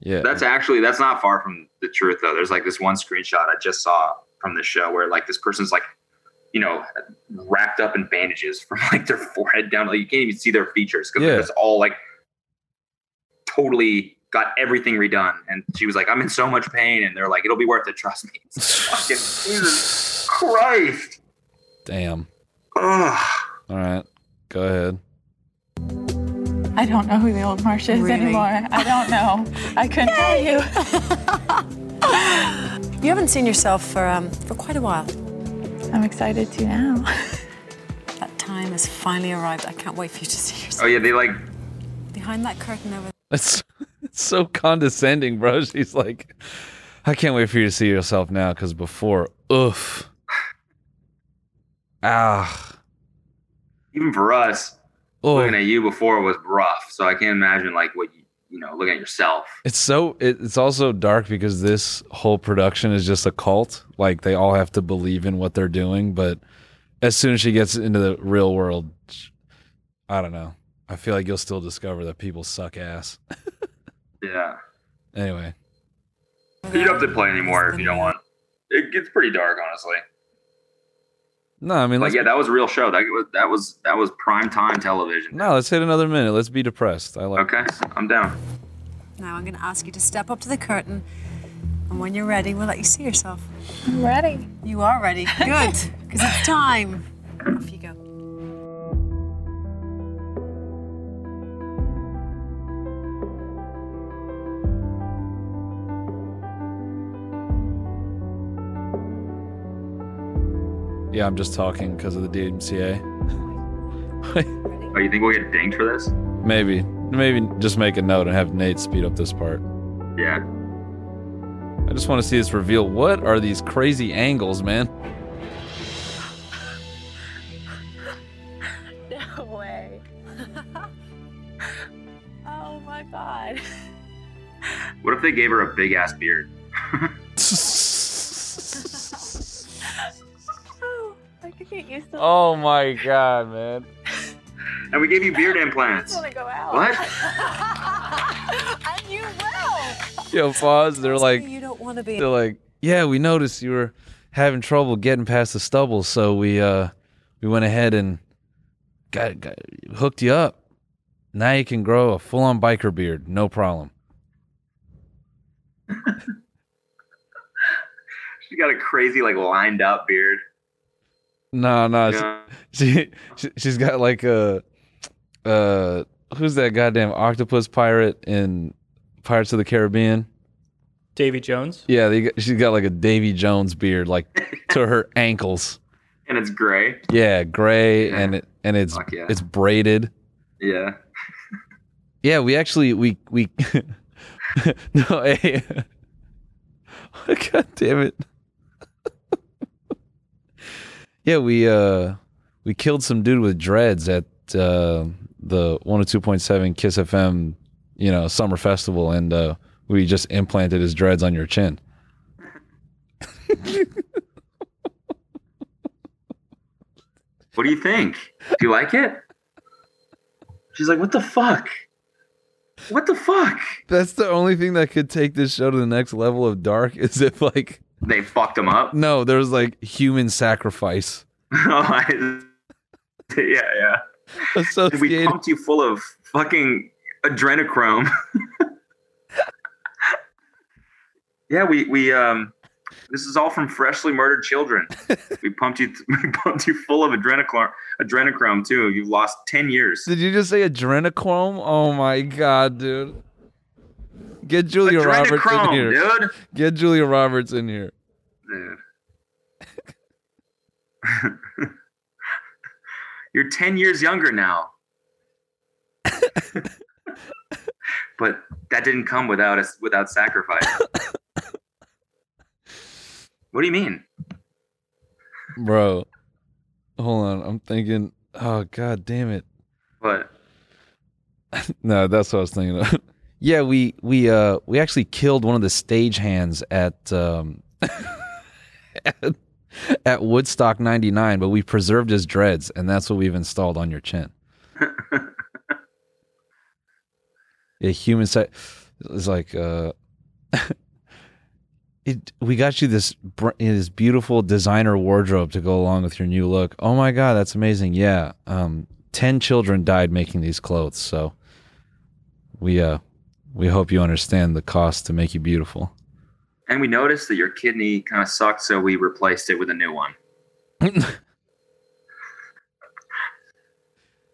S1: yeah.
S2: That's actually that's not far from the truth though. There's like this one screenshot I just saw from the show where like this person's like, you know, wrapped up in bandages from like their forehead down. Like you can't even see their features because
S1: Yeah.
S2: it's all like totally got everything redone. And she was like, I'm in so much pain, and they're like, it'll be worth it. Trust me. It's fucking Jesus Christ.
S1: Damn.
S2: Ugh.
S1: All right. Go ahead.
S15: I don't know who the old Marsh is
S11: Really?
S15: anymore. I don't know. I couldn't tell you.
S11: You haven't seen yourself for um, for quite a while.
S15: I'm excited to now.
S11: That time has finally arrived. I can't wait for you to see yourself.
S2: Oh yeah, they like
S11: Behind that curtain over
S1: That's it's so condescending, bro. She's like, I can't wait for you to see yourself now because before, oof. Ah.
S2: even for us,
S1: Oh.
S2: looking at you before was rough. So I can't imagine like what you you know, looking at yourself.
S1: It's so it, it's also dark because this whole production is just a cult. Like they all have to believe in what they're doing, but as soon as she gets into the real world, I don't know. I feel like you'll still discover that people suck ass.
S2: Yeah.
S1: anyway,
S2: You don't have to play anymore if you don't want. It gets pretty dark, honestly.
S1: no, I mean,
S2: But
S1: let's,
S2: yeah, that was a real show. That was that was that was prime time television.
S1: no, let's hit another minute. Let's be depressed. I like.
S2: Okay, I'm down.
S11: now, I'm going to ask you to step up to the curtain, and when you're ready, we'll let you see yourself.
S15: I'm ready.
S11: You are ready. Good, because it's time. Off you go.
S1: Yeah, I'm just talking because of the DMCA.
S2: Oh, you think we'll get dinged for this?
S1: Maybe, maybe just make a note and have Nate speed up this part.
S2: Yeah.
S1: I just want to see this reveal. What are these crazy angles, man?
S15: No way. oh my god.
S2: What if they gave her a big ass beard?
S15: I could get used to
S1: Oh my god, man.
S2: And we gave you beard
S15: I just
S2: implants.
S15: want to go out.
S2: What?
S15: and you will.
S1: Yo, pause. They're like,
S11: You don't want to be.
S1: they're like, yeah, we noticed you were having trouble getting past the stubble, so we uh, we went ahead and got, got hooked you up. Now you can grow a full-on biker beard, no problem.
S2: She got a crazy like lined up beard.
S1: No, no. she-
S2: Yeah.
S1: She, she she's got like a uh who's that goddamn octopus pirate in Pirates of the Caribbean?
S10: Davy Jones.
S1: Yeah, they got, she's got like a Davy Jones beard like to her ankles.
S2: And it's gray.
S1: Yeah, gray and it and it's
S2: Fuck yeah.
S1: it's braided.
S2: Yeah.
S1: Yeah, we actually we we no, hey, Oh, God damn it. yeah, we uh we killed some dude with dreads at uh the 102.7 Kiss FM, you know, summer festival and uh we just implanted his dreads on your chin.
S2: What do you think? Do you like it? She's like, what the fuck? What the fuck?
S1: That's the only thing that could take this show to the next level of dark is if like
S2: They fucked him up.
S1: no, there's like human sacrifice.
S2: Oh, I- yeah, yeah. We pumped you full of fucking adrenochrome. yeah, we we um, this is all from freshly murdered children. we pumped you, we pumped you full of adrenochrome, adrenochrome too. You've lost ten years.
S1: Did you just say adrenochrome? Oh my god, dude. Get Julia Roberts in
S2: Adrenochrome,
S1: here.
S2: dude.
S1: Get Julia Roberts in here.
S2: Dude. You're 10 years younger now. but that didn't come without us without sacrifice. what do you mean?
S1: Bro. Hold on. I'm thinking, oh god damn it.
S2: What?
S1: No, that's what I was thinking of. Yeah, we we uh we actually killed one of the stagehands at um at, at Woodstock '99, but we preserved his dreads, and that's what we've installed on your chin. yeah, human side is like uh. It, we got you this br- this beautiful designer wardrobe to go along with your new look. Oh my god, that's amazing! Yeah, um, ten children died making these clothes, so we uh we hope you understand the cost to make you beautiful.
S2: And we noticed that your kidney kind of sucked, so we replaced it with a new one.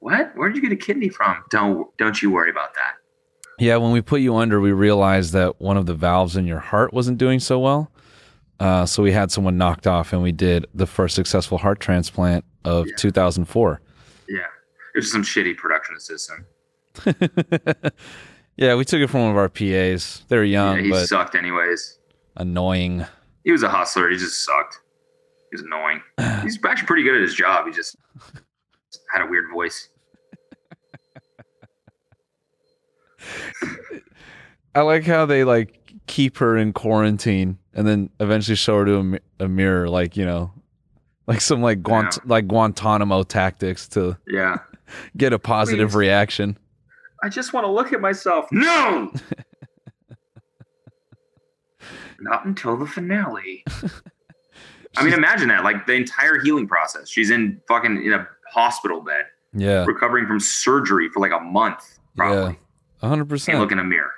S2: what? Where'd you get a kidney from? Don't don't you worry about that.
S1: Yeah, when we put you under, we realized that one of the valves in your heart wasn't doing so well. Uh, so we had someone knocked off, and we did the first successful heart transplant of 2004.
S2: Yeah, it was some shitty production assistant.
S1: Yeah, we took it from one of our PAs. They're young,
S2: Yeah, he
S1: Um, but
S2: sucked anyways.
S1: annoying.
S2: He was a hustler. He just sucked. He was annoying. He's actually pretty good at his job. He just had a weird voice.
S1: I like how they like keep her in quarantine and then eventually show her to a, mi- a mirror, like you know, like some like Guant- like Guantanamo tactics to
S2: Yeah.
S1: get a positive
S2: Please.
S1: reaction.
S2: I just want to look at myself. No. Not until the finale. I mean, imagine that. Like the entire healing process. She's in fucking in a hospital bed,
S1: Yeah,
S2: recovering from surgery for like a month.
S1: yeah, hundred
S2: Can't
S1: percent.
S2: look in a mirror.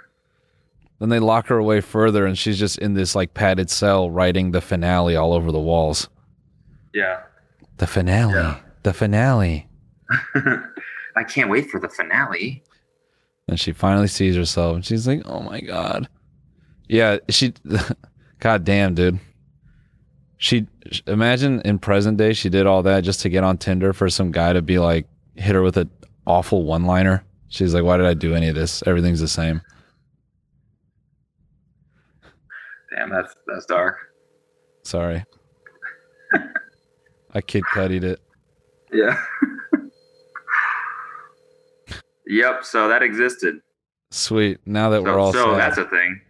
S1: Then they lock her away further, and she's just in this like padded cell writing the finale all over the walls.
S2: Yeah.
S1: The finale. The finale.
S2: I can't wait for the finale.
S1: And she finally sees herself, and she's like, "Oh my god." Yeah, she. God damn, dude. She imagine in present day she did all that just to get on Tinder for some guy to be like hit her with an awful one liner. She's like, "Why did I do any of this? Everything's the same."
S2: Damn, that's that's dark.
S1: Sorry. I kid cuddied it.
S2: Yeah. yep. So that existed.
S1: Sweet. Now that we're all
S2: so
S1: sad.
S2: that's a thing.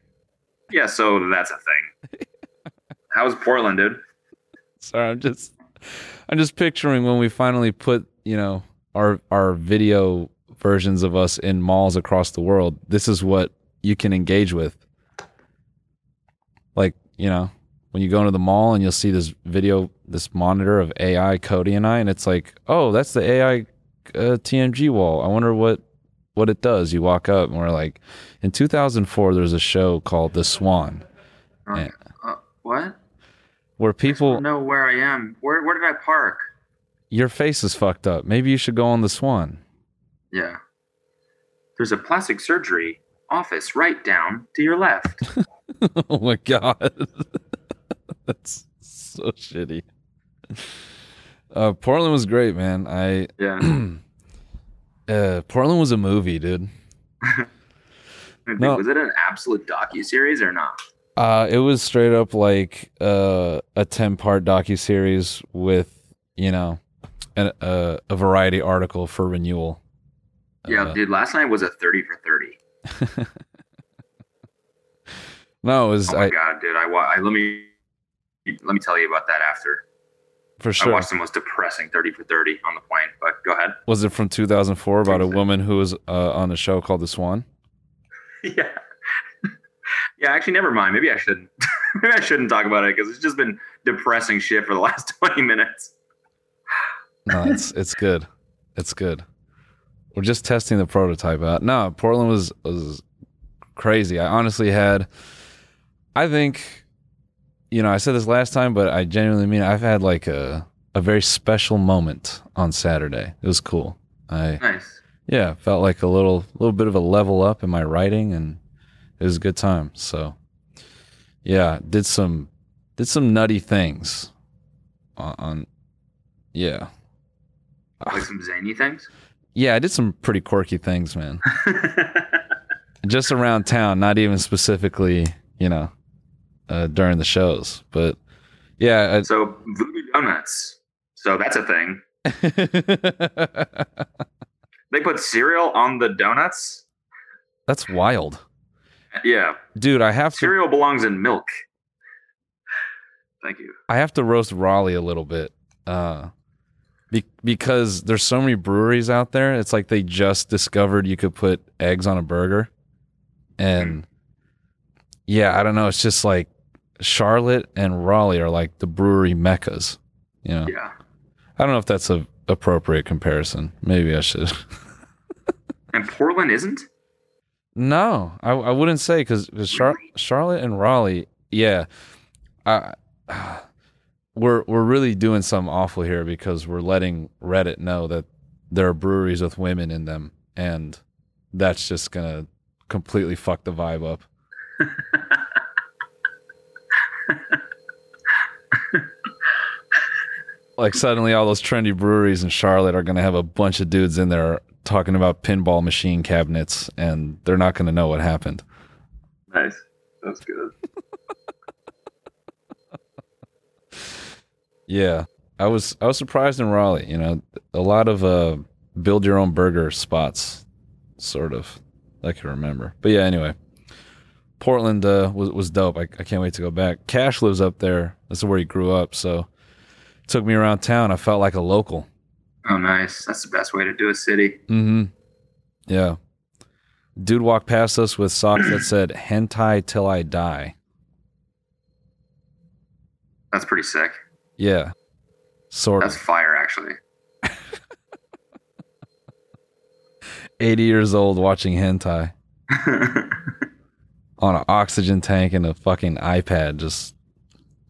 S2: Yeah. So that's a thing. How's Portland, dude?
S1: Sorry, I'm just I'm just picturing when we finally put, you know, our our video versions of us in malls across the world. This is what you can engage with. Like, you know, when you go into the mall and you'll see this video, this monitor of AI Cody and I, and it's like, oh, that's the AI uh, TMG wall. I wonder what what it does. You walk up and we're like, in 2004, there's a show called The Swan, and-
S2: Uh, what?
S1: where people
S2: Know where I am? Where Where did I park?
S1: your face is fucked up. Maybe you should go on the swan.
S2: Yeah. There's a plastic surgery office right down to your left.
S1: oh my god. That's so shitty. Uh Portland was great, man. I
S2: Yeah.
S1: uh Portland was a movie, dude.
S2: I think,
S1: No.
S2: Was it an absolute docu series or not?
S1: Uh it was straight up like uh a 10-part docu-series with, you know, an, uh, a variety article for renewal. Uh,
S2: Yeah, dude. Last night was a thirty for thirty.
S1: No, it was
S2: Oh my
S1: I,
S2: god, dude! I, wa- I let me let me tell you about that after.
S1: for sure.
S2: I watched the most depressing thirty for thirty on the plane. But go ahead.
S1: was it from 2004 about a woman who was uh, on a show called The Swan?
S2: yeah. Yeah, actually, never mind. Maybe I shouldn't. Maybe I shouldn't talk about it because it's just been depressing shit for the last twenty minutes.
S1: No, it's it's good. It's good. We're just testing the prototype out. No, Portland was was crazy. I honestly had I think you know, I said this last time, but I genuinely mean it. I've had like a a very special moment on Saturday. It was cool. I
S2: Nice.
S1: yeah, felt like a little little bit of a level up in my writing and it was a good time. So yeah, did some did some nutty things on, on yeah.
S2: Like some zany things.
S1: Yeah, I did some pretty quirky things, man. Just around town, not even specifically, you know, uh, during the shows. But yeah, I,
S2: So voodoo donuts. So that's a thing. they put cereal on the donuts.
S1: That's wild.
S2: Yeah.
S1: Dude, I have to
S2: Cereal belongs in milk. Thank you.
S1: I have to roast Raleigh a little bit. Uh be- because there's so many breweries out there. It's like they just discovered you could put eggs on a burger. And yeah, I don't know, it's just like Charlotte and Raleigh are like the brewery meccas, you know.
S2: Yeah.
S1: I don't know if that's a appropriate comparison. Maybe I should.
S2: And Portland isn't?
S1: No, I, I wouldn't say because Char- Charlotte and Raleigh, yeah, I, we're we're really doing something awful here because we're letting Reddit know that there are breweries with women in them, and that's just gonna completely fuck the vibe up. like suddenly all those trendy breweries in Charlotte are going to have a bunch of dudes in there talking about pinball machine cabinets and they're not going to know what happened.
S2: Nice. That's good.
S1: Yeah. I was I was surprised in Raleigh, you know, a lot of uh build your own burger spots sort of I can remember. But yeah, anyway. Portland uh, was was dope. I, I can't wait to go back. Cash lives up there. That's where he grew up, so took me around town. I felt like a local.
S2: Oh, nice. That's the best way to do a city.
S1: Mm-hmm. Yeah. Dude walked past us with socks that said hentai till I die.
S2: That's pretty sick.
S1: Yeah. Sort
S2: That's
S1: of.
S2: fire, actually.
S1: 80 years old watching hentai on an oxygen tank and a fucking iPad. Just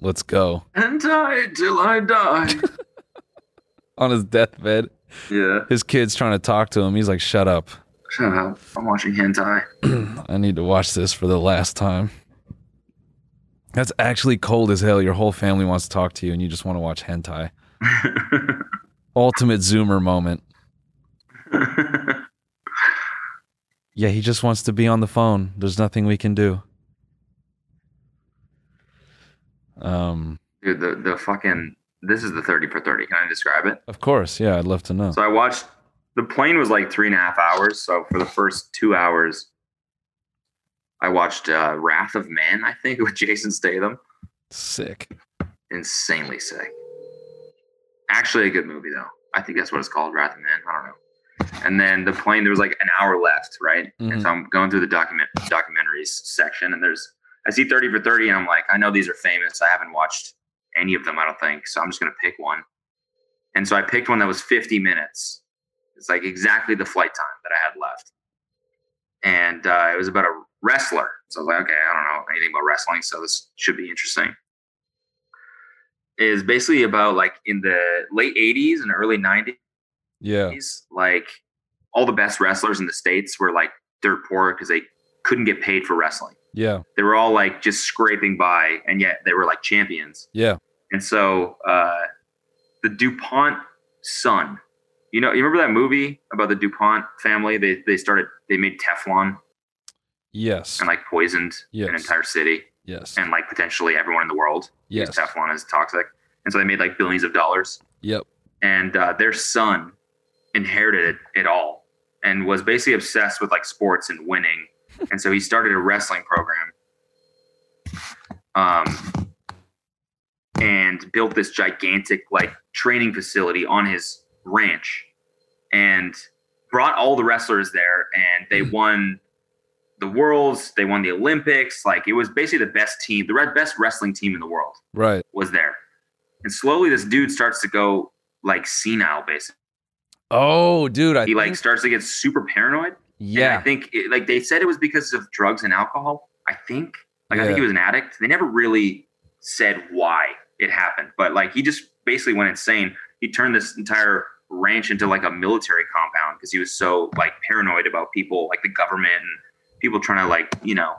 S1: let's go.
S2: And die till I die.
S1: On his deathbed.
S2: Yeah.
S1: His kid's trying to talk to him. He's like, shut up.
S2: Shut up. I'm watching hentai.
S1: I need to watch this for the last time. That's actually cold as hell. Your whole family wants to talk to you and you just want to watch hentai. Ultimate zoomer moment. yeah, he just wants to be on the phone. There's nothing we can do. Um,
S2: Dude, the, the fucking. This is the 30 for 30. Can I describe it?
S1: of course, yeah, I'd love to know.
S2: So I watched. The plane was like three and a half hours. So for the first two hours, I watched uh, Wrath of Man, I think, with Jason Statham.
S1: Sick.
S2: Insanely sick. Actually, a good movie, though. I think that's what it's called, Wrath of Man. I don't know. And then the plane, there was like an hour left, right? And so I'm going through the document documentaries section, and there's I see 30 for 30, and I'm like, I know these are famous. I haven't watched any of them, I don't think. So I'm just gonna pick one. And so I picked one that was 50 minutes. It's like exactly the flight time that I had left. And uh, it was about a wrestler. So I was like, okay, I don't know anything about wrestling, so this should be interesting. Is basically about like in the late 80s and early 90s
S1: Yeah.
S2: like all the best wrestlers in the states were like dirt poor because they couldn't get paid for wrestling.
S1: Yeah.
S2: They were all like just scraping by, and yet they were like champions.
S1: Yeah.
S2: And so uh, the Dupont son, you know, you remember that movie about the Dupont family? They they started they made Teflon
S1: Yes.
S2: and like poisoned an
S1: Yes.
S2: entire city.
S1: Yes.
S2: And like potentially everyone in the world.
S1: Yes.
S2: Because Teflon is toxic, and so they made like billions of dollars
S1: Yep.
S2: and uh, their son inherited it, it all and was basically obsessed with like sports and winning and so he started a wrestling program um, and built this gigantic like training facility on his ranch and brought all the wrestlers there and they won the worlds they won the olympics like it was basically the best team the re- best wrestling team in the world
S1: Right.
S2: was there. And slowly this dude starts to go like senile basically.
S1: Oh, dude. I
S2: he like
S1: think-
S2: starts to get super paranoid. And I
S1: yeah.
S2: think it, like they said it was because of drugs and alcohol. I think like I think
S1: Yeah.
S2: he was an addict. They never really said why it happened, but like he just basically went insane. He turned this entire ranch into like a military compound because he was so like paranoid about people like the government and people trying to like, you know,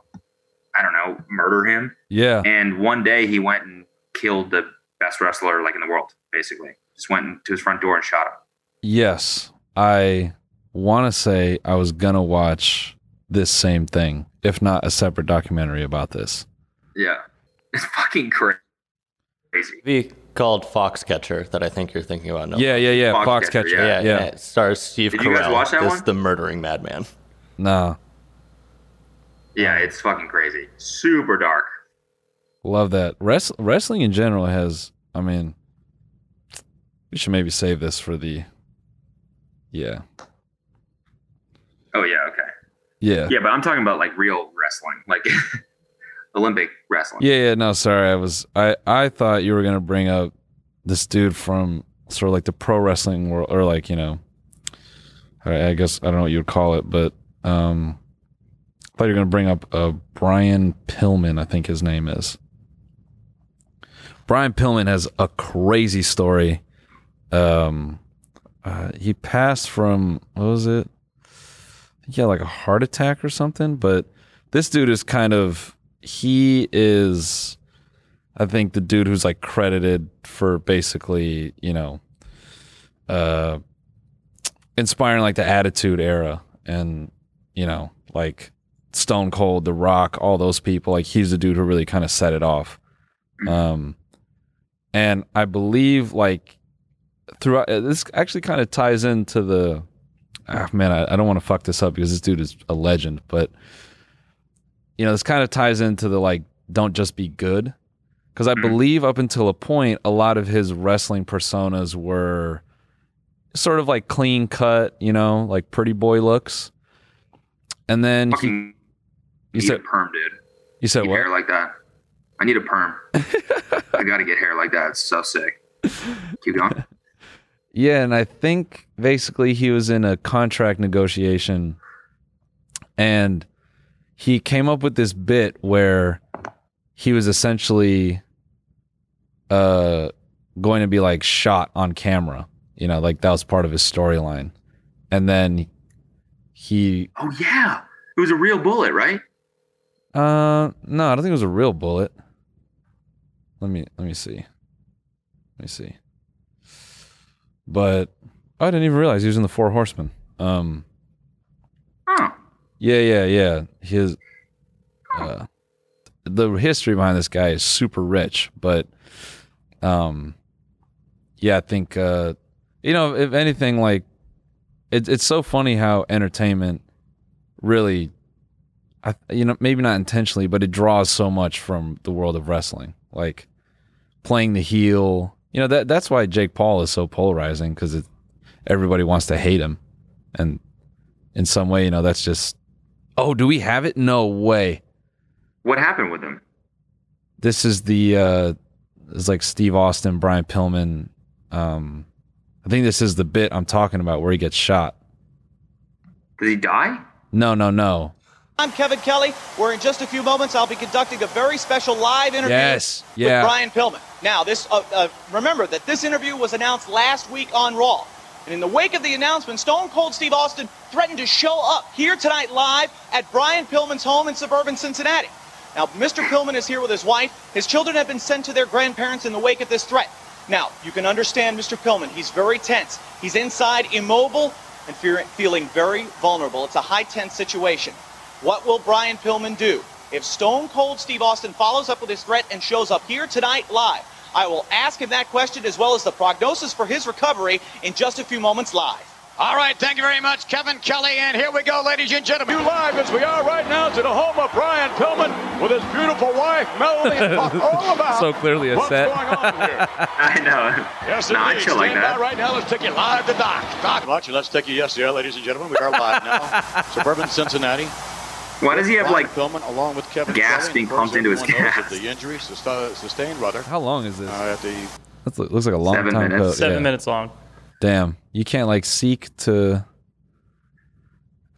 S2: I don't know, murder him.
S1: Yeah.
S2: And one day he went and killed the best wrestler like in the world, basically. Just went to his front door and shot him.
S1: Yes, I want to say I was gonna watch this same thing, if not a separate documentary about this.
S2: Yeah. It's fucking crazy.
S16: Be called Foxcatcher that I think you're thinking about. No,
S1: Yeah, yeah, yeah, Foxcatcher, Foxcatcher, yeah. yeah.
S16: It stars Steve
S2: Did you guys
S16: Carell
S2: watch that
S16: as
S2: one?
S16: the murdering madman.
S1: Nah,
S2: Yeah, it's fucking crazy. Super dark.
S1: Love that. Wrest- wrestling in general has, I mean, we should maybe save this for the, yeah,
S2: Oh yeah, okay.
S1: yeah,
S2: Yeah, but I'm talking about like real wrestling, like Olympic wrestling.
S1: yeah, yeah. No, sorry, I was, I, I thought you were gonna bring up this dude from sort of like the pro wrestling world, or like you know, I I guess I don't know what you would call it, but um, I thought you were gonna bring up uh Brian Pillman, I think his name is. Brian Pillman has a crazy story. Um, uh, he passed from what was it? I think he had like a heart attack or something. But this dude is kind of he is, I think the dude who's like credited for basically you know, uh, inspiring like the Attitude Era and you know like Stone Cold, The Rock, all those people. Like he's the dude who really kind of set it off. Um, and I believe like throughout uh, this actually kind of ties into the ah, man I, I don't want to fuck this up because this dude is a legend but you know this kind of ties into the like don't just be good because i believe up until a point a lot of his wrestling personas were sort of like clean cut you know like pretty boy looks and then he,
S2: You
S1: you
S2: need a
S1: said
S2: perm, dude.
S1: you said
S2: Need
S1: what
S2: Hair like that. I need a perm. I gotta get hair like that. It's so sick. Keep going.
S1: Yeah, and I think basically he was in a contract negotiation and he came up with this bit where he was essentially uh going to be like shot on camera. You know, like that was part of his storyline. And then he
S2: Oh yeah, it was a real bullet, right?
S1: uh no, I don't think it was a real bullet. Let me let me see. Let me see. But oh, I didn't even realize he was in the Four Horsemen. Um Yeah, yeah, yeah. His uh the history behind this guy is super rich, but um yeah, I think uh you know, if anything like it, it's so funny how entertainment really I, you know, maybe not intentionally, but it draws so much from the world of wrestling, like playing the heel. You know that that's why Jake Paul is so polarizing because everybody wants to hate him, and in some way, you know, that's just. Oh, do we have it? No way.
S2: What happened with him?
S1: This is the uh, it's like Steve Austin, Brian Pillman. Um, I think this is the bit I'm talking about where he gets shot.
S2: Did he die?
S1: No, no, no.
S17: I'm Kevin Kelly, where in just a few moments I'll be conducting a very special live interview
S1: Yes,
S17: with
S1: yeah.
S17: Brian Pillman. Now, this uh, uh, remember that this interview was announced last week on Raw. And in the wake of the announcement, Stone Cold Steve Austin threatened to show up here tonight live at Brian Pillman's home in suburban Cincinnati. Now, Mr. Pillman is here with his wife. His children have been sent to their grandparents in the wake of this threat. Now, you can understand Mr. Pillman. He's very tense. He's inside, immobile, and fear- feeling very vulnerable. It's a high tense situation. What will Brian Pillman do? If Stone Cold Steve Austin follows up with his threat and shows up here tonight live, I will ask him that question as well as the prognosis for his recovery in just a few moments live.
S18: All right, thank you very much, Kevin Kelly, and here we go, ladies and gentlemen. You live as we are right now to the home of Brian Pillman with his beautiful wife, Melody, and talk all about
S1: so clearly a
S18: what's
S1: set.
S18: going on here.
S2: I know.
S18: Yes,
S2: Nah, I
S18: indeed.
S2: chill like
S18: Stand
S2: that.
S18: by right now. Let's take you live to Doc. Doc, watch it. Let's take you. Yes, yeah, ladies and gentlemen, we are live now. Suburban Cincinnati.
S2: Why does he have,
S18: Brian
S2: like,
S18: Pillman along with Kevin Kelly,
S2: gas
S18: and
S2: being
S18: of course,
S2: pumped into his
S18: everyone knows
S2: gas?
S18: of The injury susta- sustained, rather.
S1: How long is this?
S18: Uh, at the
S1: That looks like a long
S18: Seven
S1: time.
S18: minutes.
S1: ago.
S10: Seven
S1: Yeah.
S10: minutes long.
S1: Damn, you can't like seek to.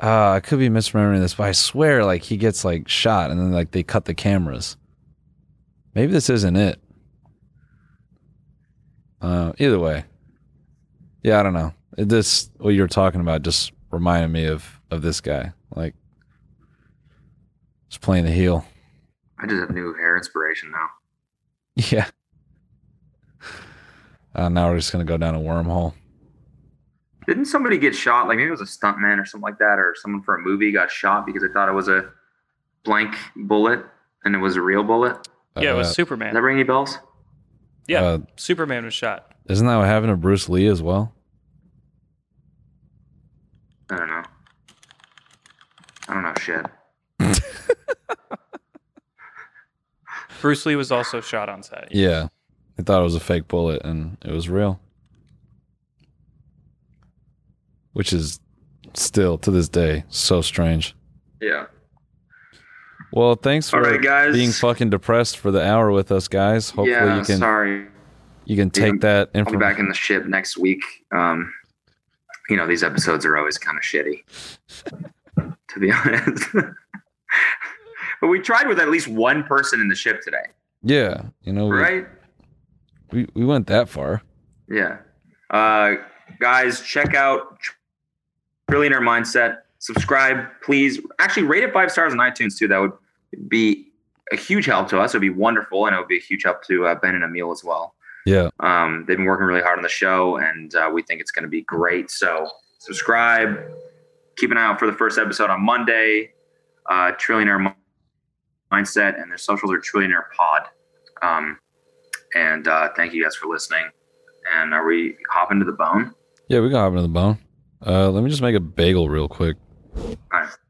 S1: Uh, I could be misremembering this, but I swear, like he gets like shot, and then like they cut the cameras. Maybe this isn't it. Uh, either way, yeah, I don't know. It- This what you were talking about just reminded me of of this guy, like just playing the heel.
S2: I just have new hair inspiration now.
S1: Yeah. Uh, now we're just gonna go down a wormhole.
S2: Didn't somebody get shot? Like maybe it was a stuntman or something like that, or someone for a movie got shot because they thought it was a blank bullet and it was a real bullet.
S10: Yeah, it was
S1: Uh,
S10: Superman.
S2: Does that ring any bells?
S10: Yeah,
S1: Uh,
S10: Superman was shot.
S1: Isn't that what happened to Bruce Lee as well?
S2: I don't know. I don't know shit.
S10: Bruce Lee was also shot on site.
S1: Yeah. They thought it was a fake bullet and it was real. Which is still to this day so strange.
S2: Yeah.
S1: Well, thanks for
S2: All right, guys.
S1: being fucking depressed for the hour with us guys. Hopefully
S2: yeah.
S1: you can
S2: sorry.
S1: you can
S2: Yeah,
S1: take that
S2: I'll be
S1: information.
S2: back in the ship next week. Um, you know, these episodes are always kind of shitty, to be honest. but we tried with at least one person in the ship today,
S1: Yeah, you know, we,
S2: right?
S1: we we went that far.
S2: Yeah. Uh, guys, check out Tr- Trillionaire Mindset. Subscribe, please. Actually, rate it five stars on iTunes too. That would be a huge help to us. It would be wonderful, and it would be a huge help to uh, Ben and Emil as well.
S1: Yeah.
S2: Um, they've been working really hard on the show, and uh, we think it's going to be great. So subscribe. Keep an eye out for the first episode on Monday. Uh, Trillionaire Mi- Mindset and their socials are Trillionaire Pod. Um, and uh, thank you guys for listening. And are we hopping to the bone?
S1: Yeah, we got hop into the bone. Uh, let me just make a bagel real quick.
S2: All right.